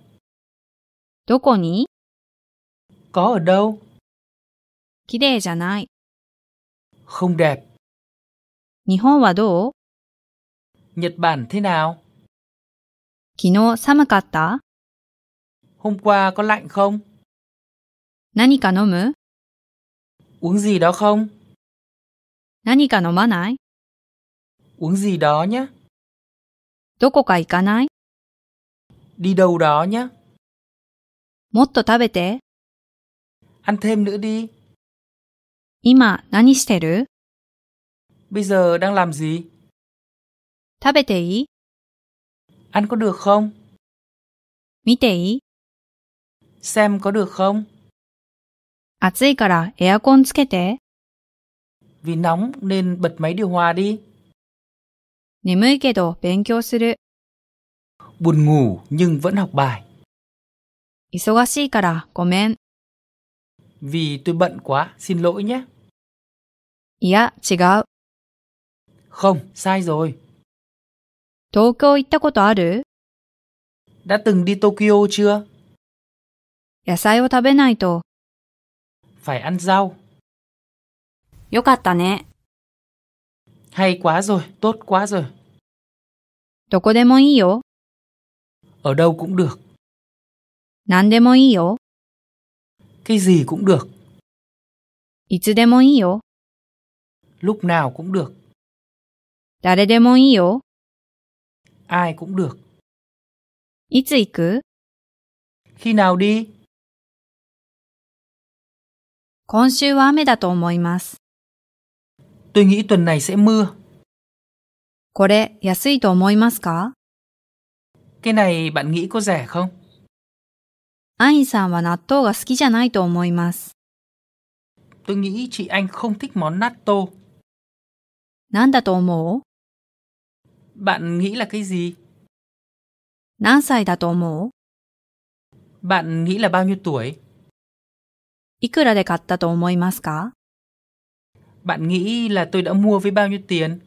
どこに Có ở đâu? 綺麗じゃない。 Không đẹp. 日本はどう Nhật Bản thế nào? 昨日寒かった Hôm qua có lạnh không? 何か飲む Uống gì đó không? 何か飲まない Uống gì đó nhé. どこか行かない Đi đâu đó nhé. もっと食べて。 Ăn thêm nữa đi. 今何してる Bây giờ đang làm gì? 食べていい Ăn có được không? 見ていい Xem có được không? 暑いからエアコンつけて。 Vì nóng nên bật máy điều hòa đi. 眠いけど勉強する。 Buồn ngủ nhưng vẫn học bài. 忙しいからごめん。 Vì tôi bận quá, xin lỗi nhé. いや、違う。 Không, sai rồi. 東京行ったことある Đã từng đi Tokyo chưa? 野菜を食べないと。 Phải ăn rau. よかったね。 Hay quá rồi, tốt quá rồi. どこでもいいよ。 Ở đâu cũng được, 何でもいいよ。 cái gì cũng được, いつでもいいよ。 lúc nào cũng được, 誰でもいいよ。 ai cũng được. いつ行く Khi nào đi? 今週は雨だと思います。 Tôi nghĩ tuần này sẽ mưa. これ安いと思いますか Cái này bạn nghĩ có rẻ không? アインさんは納豆が好きじゃないと思います。 Tôi nghĩ chị Anh không thích món natto. 何だと思う Bạn nghĩ là cái gì? 何歳だと思う Bạn nghĩ là bao nhiêu tuổi? いくらで買ったと思いますか Bạn nghĩ là tôi đã mua với bao nhiêu tiền?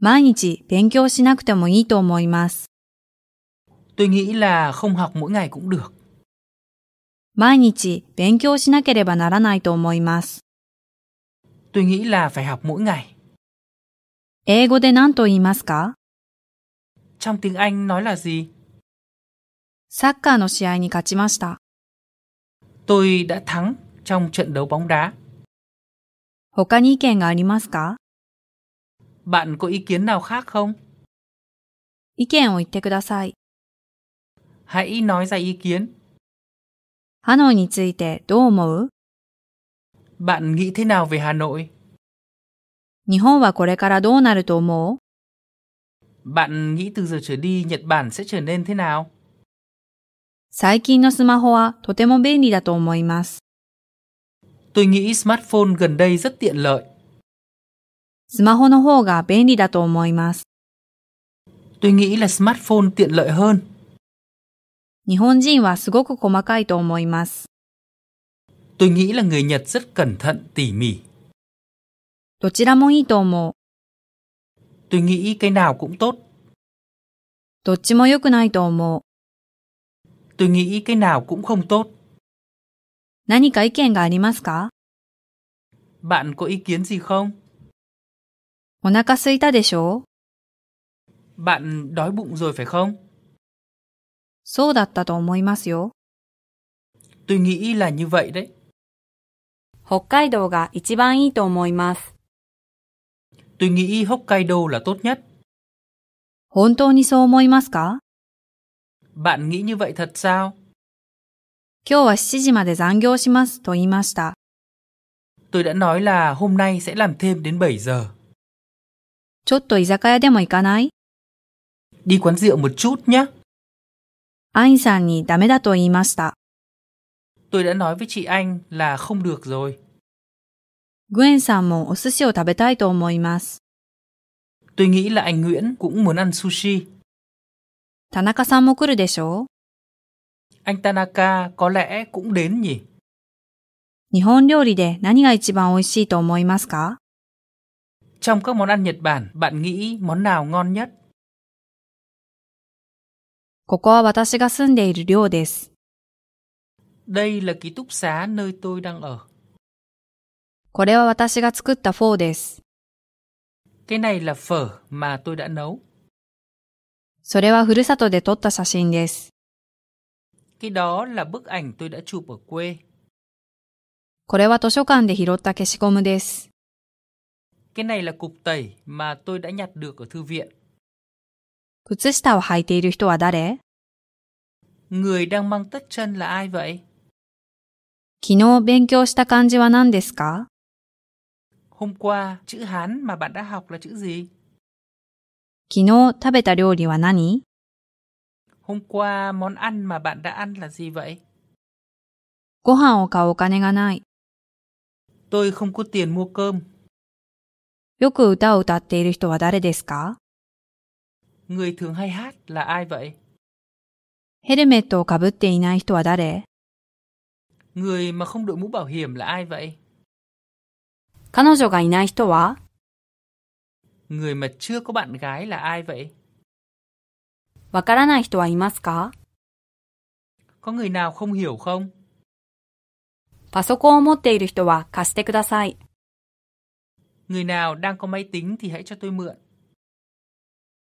毎日勉強しなくてもいいと思います。 Tôi nghĩ là không học mỗi ngày cũng được. 毎日勉強しなければならないと思います。 Tôi nghĩ là phải học mỗi ngày. 英語で何と言いますか Trong tiếng Anh nói là gì? サッカーの試合に勝ちました。 Tôi đã thắng trong trận đấu bóng đá. 他に意見がありますか Bạn có ý kiến nào khác không? 意見を言ってください。 Hãy nói ra ý kiến. ハノイについてどう思う Bạn nghĩ thế nào về Hà Nội? 日本はこれからどうなると思う Bạn nghĩ từ giờ trở đi Nhật Bản sẽ trở nên thế nào? 最近のスマホはとても便利だと思います。 Tôi nghĩ smartphone gần đây rất tiện lợi. スマホの方が便利だと思います。 Tôi nghĩ là smartphone tiện lợi hơn. 日本人はすごく細かいと思います。 Tôi nghĩ là người Nhật rất cẩn thận, tỉ mỉ. どちらもいいと思う。 Tôi nghĩ cái nào cũng tốt. どっちも良くないと思う。 Tôi nghĩ cái nào cũng không tốt. 何か意見がありますか Bạn có ý kiến gì không? お腹空いたでしょう Bạn đói bụng rồi phải không? そうだったと思いますよ。 Tôi nghĩ là như vậy đấy. 北海道が一番いいと思います。 Tôi nghĩ Hokkaido là tốt nhất. 本当にそう思いますか Bạn nghĩ như vậy thật sao? 今日は7時まで残業しますと言いました。 Tôi đã nói là hôm nay sẽ làm thêm đến 7 giờ. ちょっと居酒屋でも行かない Đi quán rượu một chút nhé. アインさんにダメだと言いました。 Tôi đã nói với chị Anh là không được rồi. グエンさんもお寿司を食べたいと思います。 Tôi nghĩ là anh Nguyễn cũng muốn ăn sushi. 田中さんも来るでしょう Anh Tanaka có lẽ cũng đến nhỉ? 日本料理で何が一番美味しいと思いますか Trong các món ăn Nhật Bản, bạn nghĩ món nào ngon nhất? ここは私が住んでいる寮です。 Đây là ký túc xá nơi tôi đang ở. これは私が作ったフォーです。 Cái này là phở mà tôi đã nấu. それはふるさとで撮った写真です。 Cái đó là bức ảnh tôi đã chụp ở quê. これは図書館で拾った消しゴムです。 Cái này là cục tẩy mà tôi đã nhặt được ở thư viện. 靴下を履いている人は誰 Người đang mang tất chân là ai vậy? 昨日勉強した漢字は何ですか Hôm qua, chữ Hán mà bạn đã học là chữ gì? 昨日食べた料理は何 Hôm qua, món ăn mà bạn đã ăn là gì vậy? ご飯を買うお金がない。 Tôi không có tiền mua cơm. よく歌を歌っている人は誰ですか Người thường hay hát là ai vậy? ヘルメットをかぶっていない人は誰 Người mà không đội mũ bảo hiểm là ai vậy? 彼女がいない人は Người mà chưa có bạn gái là ai vậy? わからない人はいますか Có người nào không hiểu không? パソコンを持っている人は貸してください。 Người nào đang có máy tính thì hãy cho tôi mượn.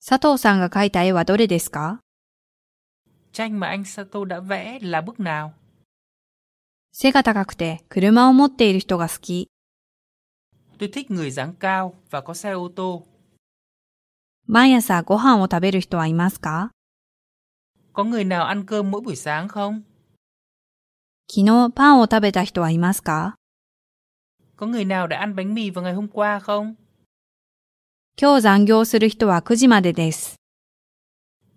佐藤さんが描いた絵はどれですか Tranh mà anh Sato đã vẽ là bức nào? 背が高くて車を持っている人が好き。 Tôi thích người dáng cao và có xe ô tô. 毎朝ご飯を食べる人はいますか Có người nào ăn cơm mỗi buổi sáng không? 昨日パンを食べた人はいますか Có người nào đã ăn bánh mì vào ngày hôm qua không? 今日残業する人は9時までです。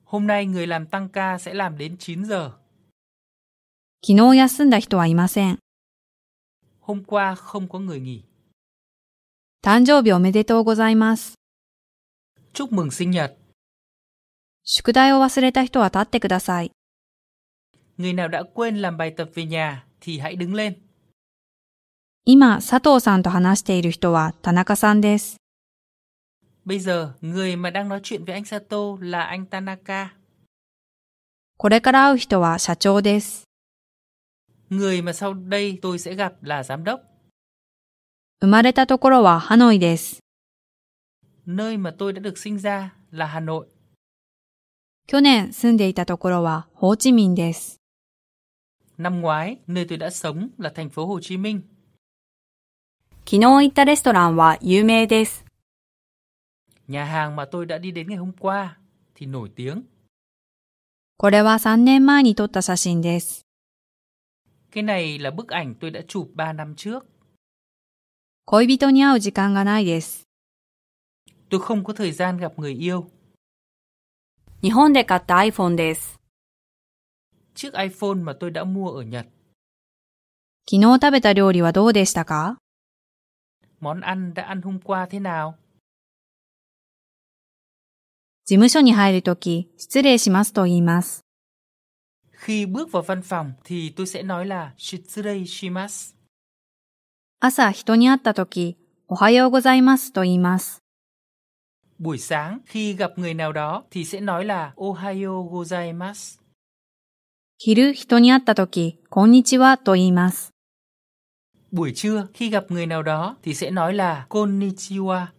Hôm nay người làm tăng ca sẽ làm đến 9 giờ. 昨日休んだ人はいません。 Hôm qua không có người nghỉ. 誕生日おめでとうございます。 Chúc mừng sinh nhật. 宿題を忘れた人は立ってください。 Người nào đã quên làm bài tập về nhà thì hãy đứng lên. 今、佐藤さんと話している人は田中さんです。 Bây giờ, người mà đang nói chuyện với anh Sato là anh Tanaka. これから会う人は社長です。 Người mà sau đây tôi sẽ gặp là giám đốc. 生まれたところはハノイです。 Nơi mà tôi đã được sinh ra là Hà Nội. 去年住んでいたところはホーチミンです。 Năm ngoái, nơi tôi đã sống là thành phố Hồ Chí Minh. 昨日行ったレストランは有名です。 Nhà hàng mà tôi đã đi đến ngày hôm qua thì nổi tiếng. これは3年前に撮った写真です。 Cái này là bức ảnh tôi đã chụp 3 năm trước. 恋人に会う時間がないです。 Tôi không có thời gian gặp người yêu. 日本で買った iPhone です。 Chiếc iPhone mà tôi đã mua ở Nhật, 昨日食べた料理はどうでしたか món ăn đã ăn hôm qua thế nào? 事務所に入るとき、失礼しますと言います。 Khi bước vào văn phòng thì tôi sẽ nói là Shitsurei shimasu. 朝人に会ったとき、おはようございますと言います。 Buổi sáng khi gặp người nào đó thì sẽ nói là Ohayo gozaimasu. 昼人に会ったとき、こんにちはと言います。 Buổi trưa khi gặp người nào đó thì sẽ nói là Konnichiwa.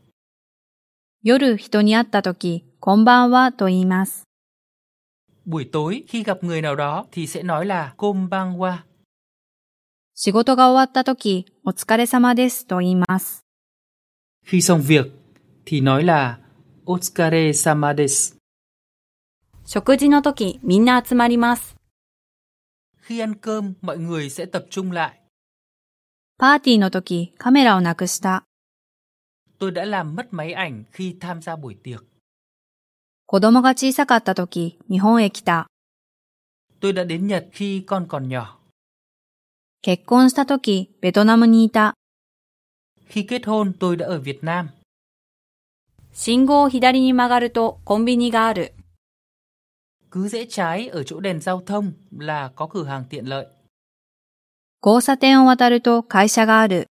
夜人に会ったとき、こんばんはと言います。 Buổi tối khi gặp người nào đó thì sẽ nói là Konbanwa. 仕事が終わったとき、お疲れ様ですと言います。 Khi xong việc thì nói là Otsukare sama desu. 食事の時、みんな集まります。 Khi ăn cơm mọi người sẽ tập trung lại. パーティーのとき、カメラをなくした。 Tôi đã làm mất máy ảnh khi tham gia buổi tiệc. 子供が小さかったとき、日本へ来た。 Tôi đã đến Nhật khi con còn nhỏ. 結婚したとき、ベトナムにいた。 Khi kết hôn tôi đã ở Việt Nam. 信号を左に曲がるとコンビニがある。 Cứ rẽ trái ở chỗ đèn giao thông là có cửa hàng tiện lợi. 交差点を渡ると会社がある。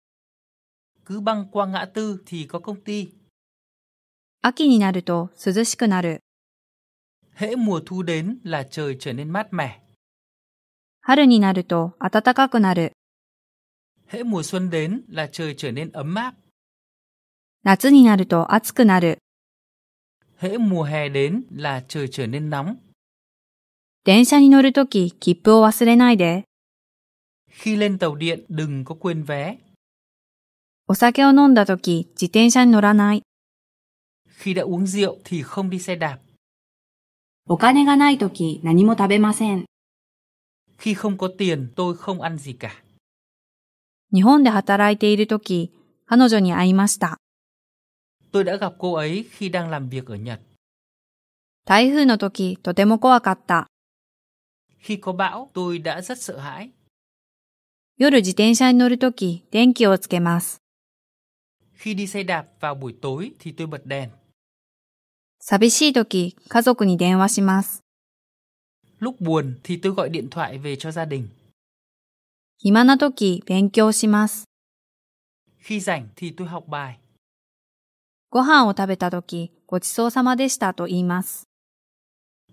Cứ băng qua ngã tư thì có công ty. 秋になると涼しくなる。 Hễ mùa thu đến là trời trở nên mát mẻ. 春になると暖かくなる。 Hễ mùa xuân đến là trời trở nên ấm áp. 夏になると暑くなる。 Hễ mùa hè đến là trời trở nên nóng. 電車に乗るとき、切符を忘れないで。 Khi lên tàu điện đừng có quên vé. お酒を飲んだとき、自転車に乗らない。 Khi đã uống rượu thì không đi xe đạp. お金がないとき何も食べません。 Khi không có tiền tôi không ăn gì cả. 日本で働いているとき、彼女に会いました。 Tôi đã gặp cô ấy khi đang làm việc ở Nhật. 台風のとき、とても怖かった。 Khi có bão tôi đã rất sợ hãi. 夜自転車に乗るとき、電気をつけます。 Khi đi xe đạp vào buổi tối thì tôi bật đèn. 寂しいとき、家族に電話します。 Lúc buồn thì tôi gọi điện thoại về cho gia đình. 暇なとき、勉強します。 Khi rảnh thì tôi học bài. ご飯を食べたとき、ごちそうさまでしたと言います。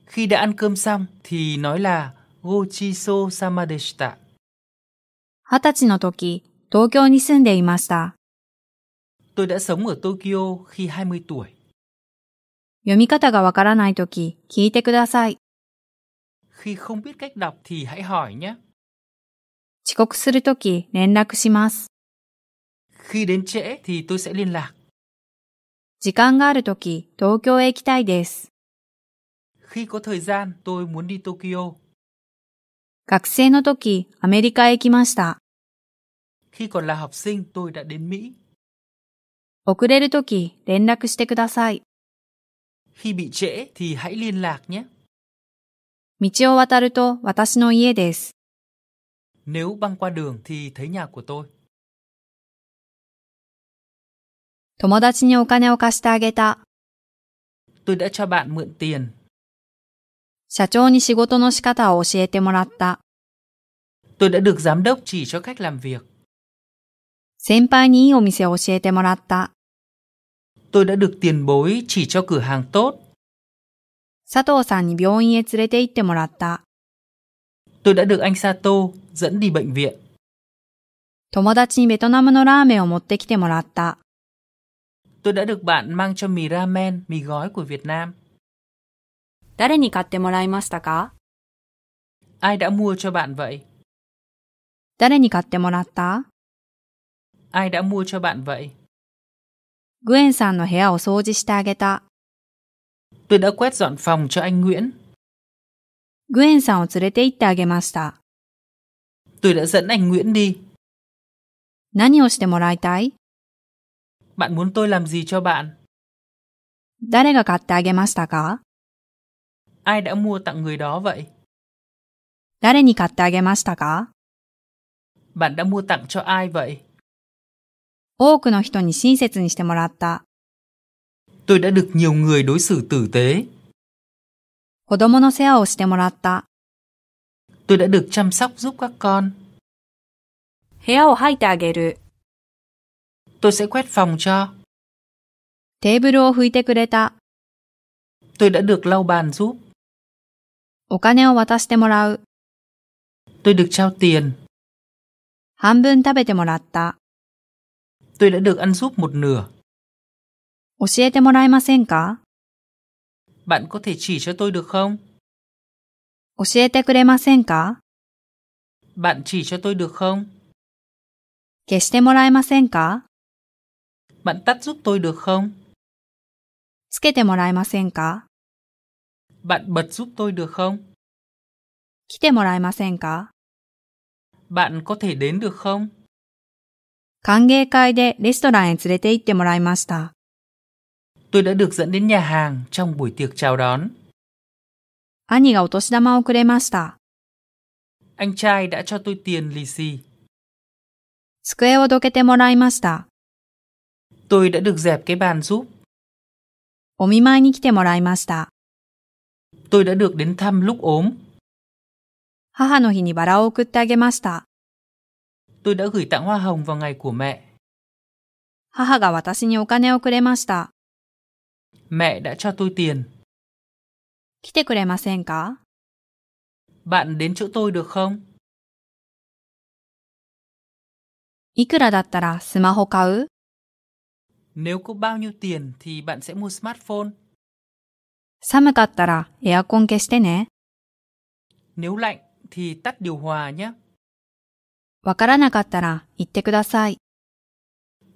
Khi đã ăn cơm xong thì nói là gochiso samadeshita. 二十歳のとき、東京に住んでいました。 Tôi đã sống ở Tokyo khi 20 tuổi. 読み方がわからないとき、聞いてください。 Khi không biết cách đọc thì hãy hỏi nhé. 遅刻するとき、連絡します。 Khi đến trễ thì tôi sẽ liên lạc. 時間があるとき、東京へ行きたいです。 Khi có thời gian, tôi muốn đi Tokyo. 学生のとき、アメリカへ行きました。 Khi còn là học sinh, tôi đã đến Mỹ. 遅れるとき、連絡してください。 Khi bị trễ thì hãy liên lạc nhé. 道を渡ると、私の家です。 Nếu băng qua đường thì thấy nhà của tôi. 友達にお金を貸してあげた。 Tôi đã cho bạn mượn tiền. 社長に仕事の仕方を教えてもらった。 Tôi đã được giám đốc chỉ cho cách làm việc. 先輩にいいお店を教えてもらった。 Tôi đã được tiền bối chỉ cho cửa hàng tốt. 佐藤さんに病院へ連れて行ってもらった。 Tôi đã được anh Sato dẫn đi bệnh viện. 友達にベトナムのラーメンを持ってきてもらった。 Tôi đã được bạn mang cho mì ramen, mì gói của Việt Nam. 誰に買ってもらいましたか Ai đã mua cho bạn vậy? 誰に買ってもらった Ai đã mua cho bạn vậy? グエンさんの部屋を掃除してあげた。 Tôi đã quét dọn phòng cho anh Nguyễn. グエンさんを連れて行ってあげました。 Tôi đã dẫn anh Nguyễn đi. 何をしてもらいたい Bạn muốn tôi làm gì cho bạn? 誰が買ってあげましたか Ai đã mua tặng người đó vậy? 誰に買ってあげましたか Bạn đã mua tặng cho ai vậy? 多くの人に親切にしてもらった。 Tôi đã được nhiều người đối xử tử tế. 子供の世話をしてもらった。 Tôi đã được chăm sóc giúp các con. 部屋を吐いてあげる。 Tôi sẽ quét phòng cho. テーブルを拭いてくれた。 Tôi đã được lau bàn giúp. お金を渡してもらう。 Tôi được trao tiền. 半分食べてもらった。 Tôi đã được ăn giúp một nửa. 教えてもらえませんか Bạn có thể chỉ cho tôi được không? 教えてくれませんか Bạn chỉ cho tôi được không? 消してもらえませんか Bạn tắt giúp tôi được không? つけてもらえませんか Bạn bật giúp tôi được không? 来てもらえませんか Bạn có thể đến được không? 歓迎会でレストランへ連れて行ってもらいました。 Tôi đã được dẫn đến nhà hàng trong buổi tiệc chào đón. 兄がお年玉をくれました。 Anh trai đã cho tôi tiền lì xì. 机をどけてもらいました。 Tôi đã được dẹp cái bàn giúp. お見舞いに来てもらいました。 Tôi đã được đến thăm lúc ốm. 母の日にバラを送ってあげました。 Tôi đã gửi tặng hoa hồng vào ngày của mẹ. 母が私にお金をくれました。 Mẹ đã cho tôi tiền. 来てくれませんか Bạn đến chỗ tôi được không? いくらだったらスマホ買う Nếu có bao nhiêu tiền thì bạn sẽ mua smartphone. 寒かったらエアコン消してね。 Nếu lạnh thì tắt điều hòa nhé. わからなかったら言ってください。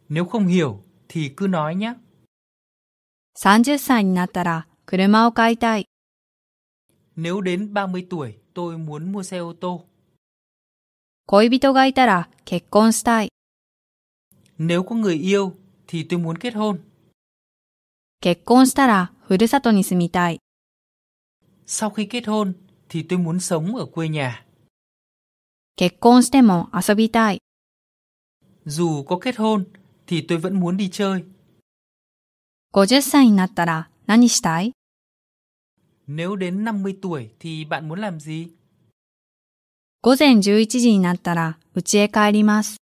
Nếu không hiểu thì cứ nói nhé. 30歳になったら車を買いたい。 Nếu đến 30 tuổi, tôi muốn mua xe ô tô. 恋人がいたら結婚したい。 Nếu có người yêu thì tôi muốn kết hôn. 結婚したらふるさとに住みたい。 Sau khi kết hôn thì tôi muốn sống ở quê nhà. 結婚しても遊びたい。 Dù có kết hôn thì tôi vẫn muốn đi chơi. 50歳になったら何したい Nếu đến 50 tuổi thì bạn muốn làm gì? 午前11時になったら家へ帰ります。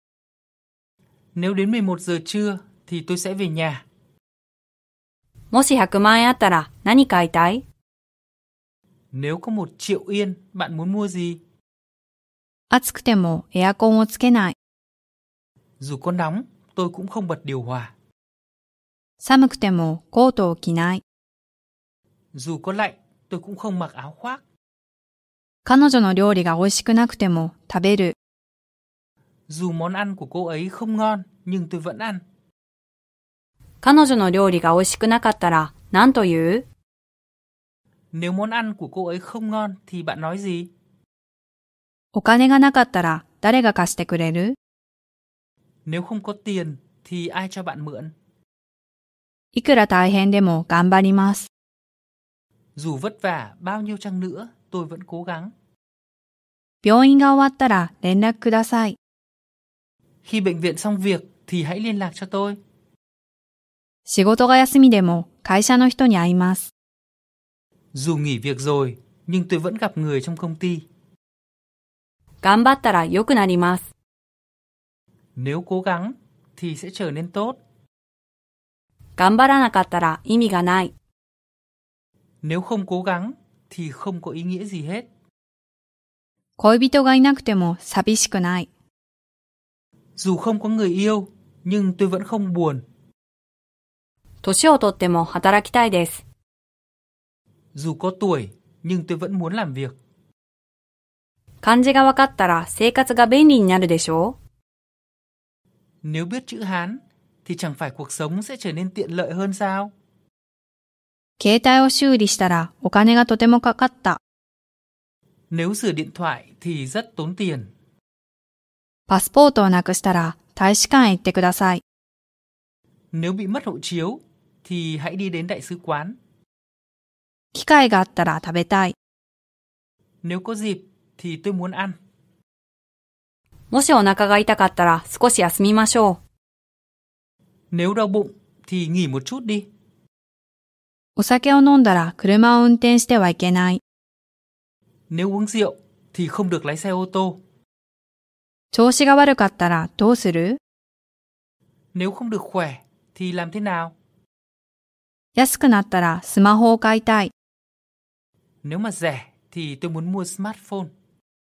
Nếu đến 11 giờ trưa thì tôi sẽ về nhà. もし100万円あったら何買いたい Nếu có một triệu yên, bạn muốn mua gì? 暑くてもエアコンをつけない。 Dù có nóng, tôi cũng không bật điều hòa. 寒くてもコートを着ない。 Dù có lạnh, tôi cũng không mặc áo khoác. 彼女の料理が美味しくなくても食べる。 Dù món ăn của cô ấy không ngon, nhưng tôi vẫn ăn. 彼女の料理が美味しくなかったら何と言う Nếu món ăn của cô ấy không ngon thì bạn nói gì? お金がなかったら誰が貸してくれる Nếu không có tiền thì ai cho bạn mượn? いくら大変でも頑張ります。 Dù vất vả bao nhiêu chăng nữa, tôi vẫn cố gắng. 病院が終わったら連絡ください。 Khi bệnh viện xong việc thì hãy liên lạc cho tôi. 仕事が休みでも会社の人に会います。 Dù nghỉ việc rồi, nhưng tôi vẫn gặp người trong công ty. 頑張ったら良くなります。 Nếu cố gắng thì sẽ trở nên tốt. 頑張らなかったら意味がない。 Nếu không cố gắng thì không có ý nghĩa gì hết. 恋人がいなくても寂しくない。 Dù không có người yêu, nhưng tôi vẫn không buồn. 年をとっても働きたいです。 Dù có tuổi, nhưng tôi vẫn muốn làm việc. 漢字が分かったら生活が便利になるでしょう Nếu biết chữ Hán thì chẳng phải cuộc sống sẽ trở nên tiện lợi hơn sao? 携帯を修理したらお金がとてもかかった。 Nếu sửa điện thoại thì rất tốn tiền. パスポートをなくしたら大使館へ行ってください。 Nếu bị mất hộ chiếu thì hãy đi đến đại sứ quán. 機会があったら食べたい。 Nếu có dịp thì tôi muốn ăn. もしお腹が痛かったら少し休みましょ Nếu đau bụng thì nghỉ một chút đi. お酒を飲んだら車を運転してはいけない。 Nếu uống rượu thì không được lái xe ô tô. 調子が悪かったらどうする Nếu không được khỏe thì làm thế nào? 安くなったらスマホを買いたい。 Nếu mà rẻ thì tôi muốn mua smartphone.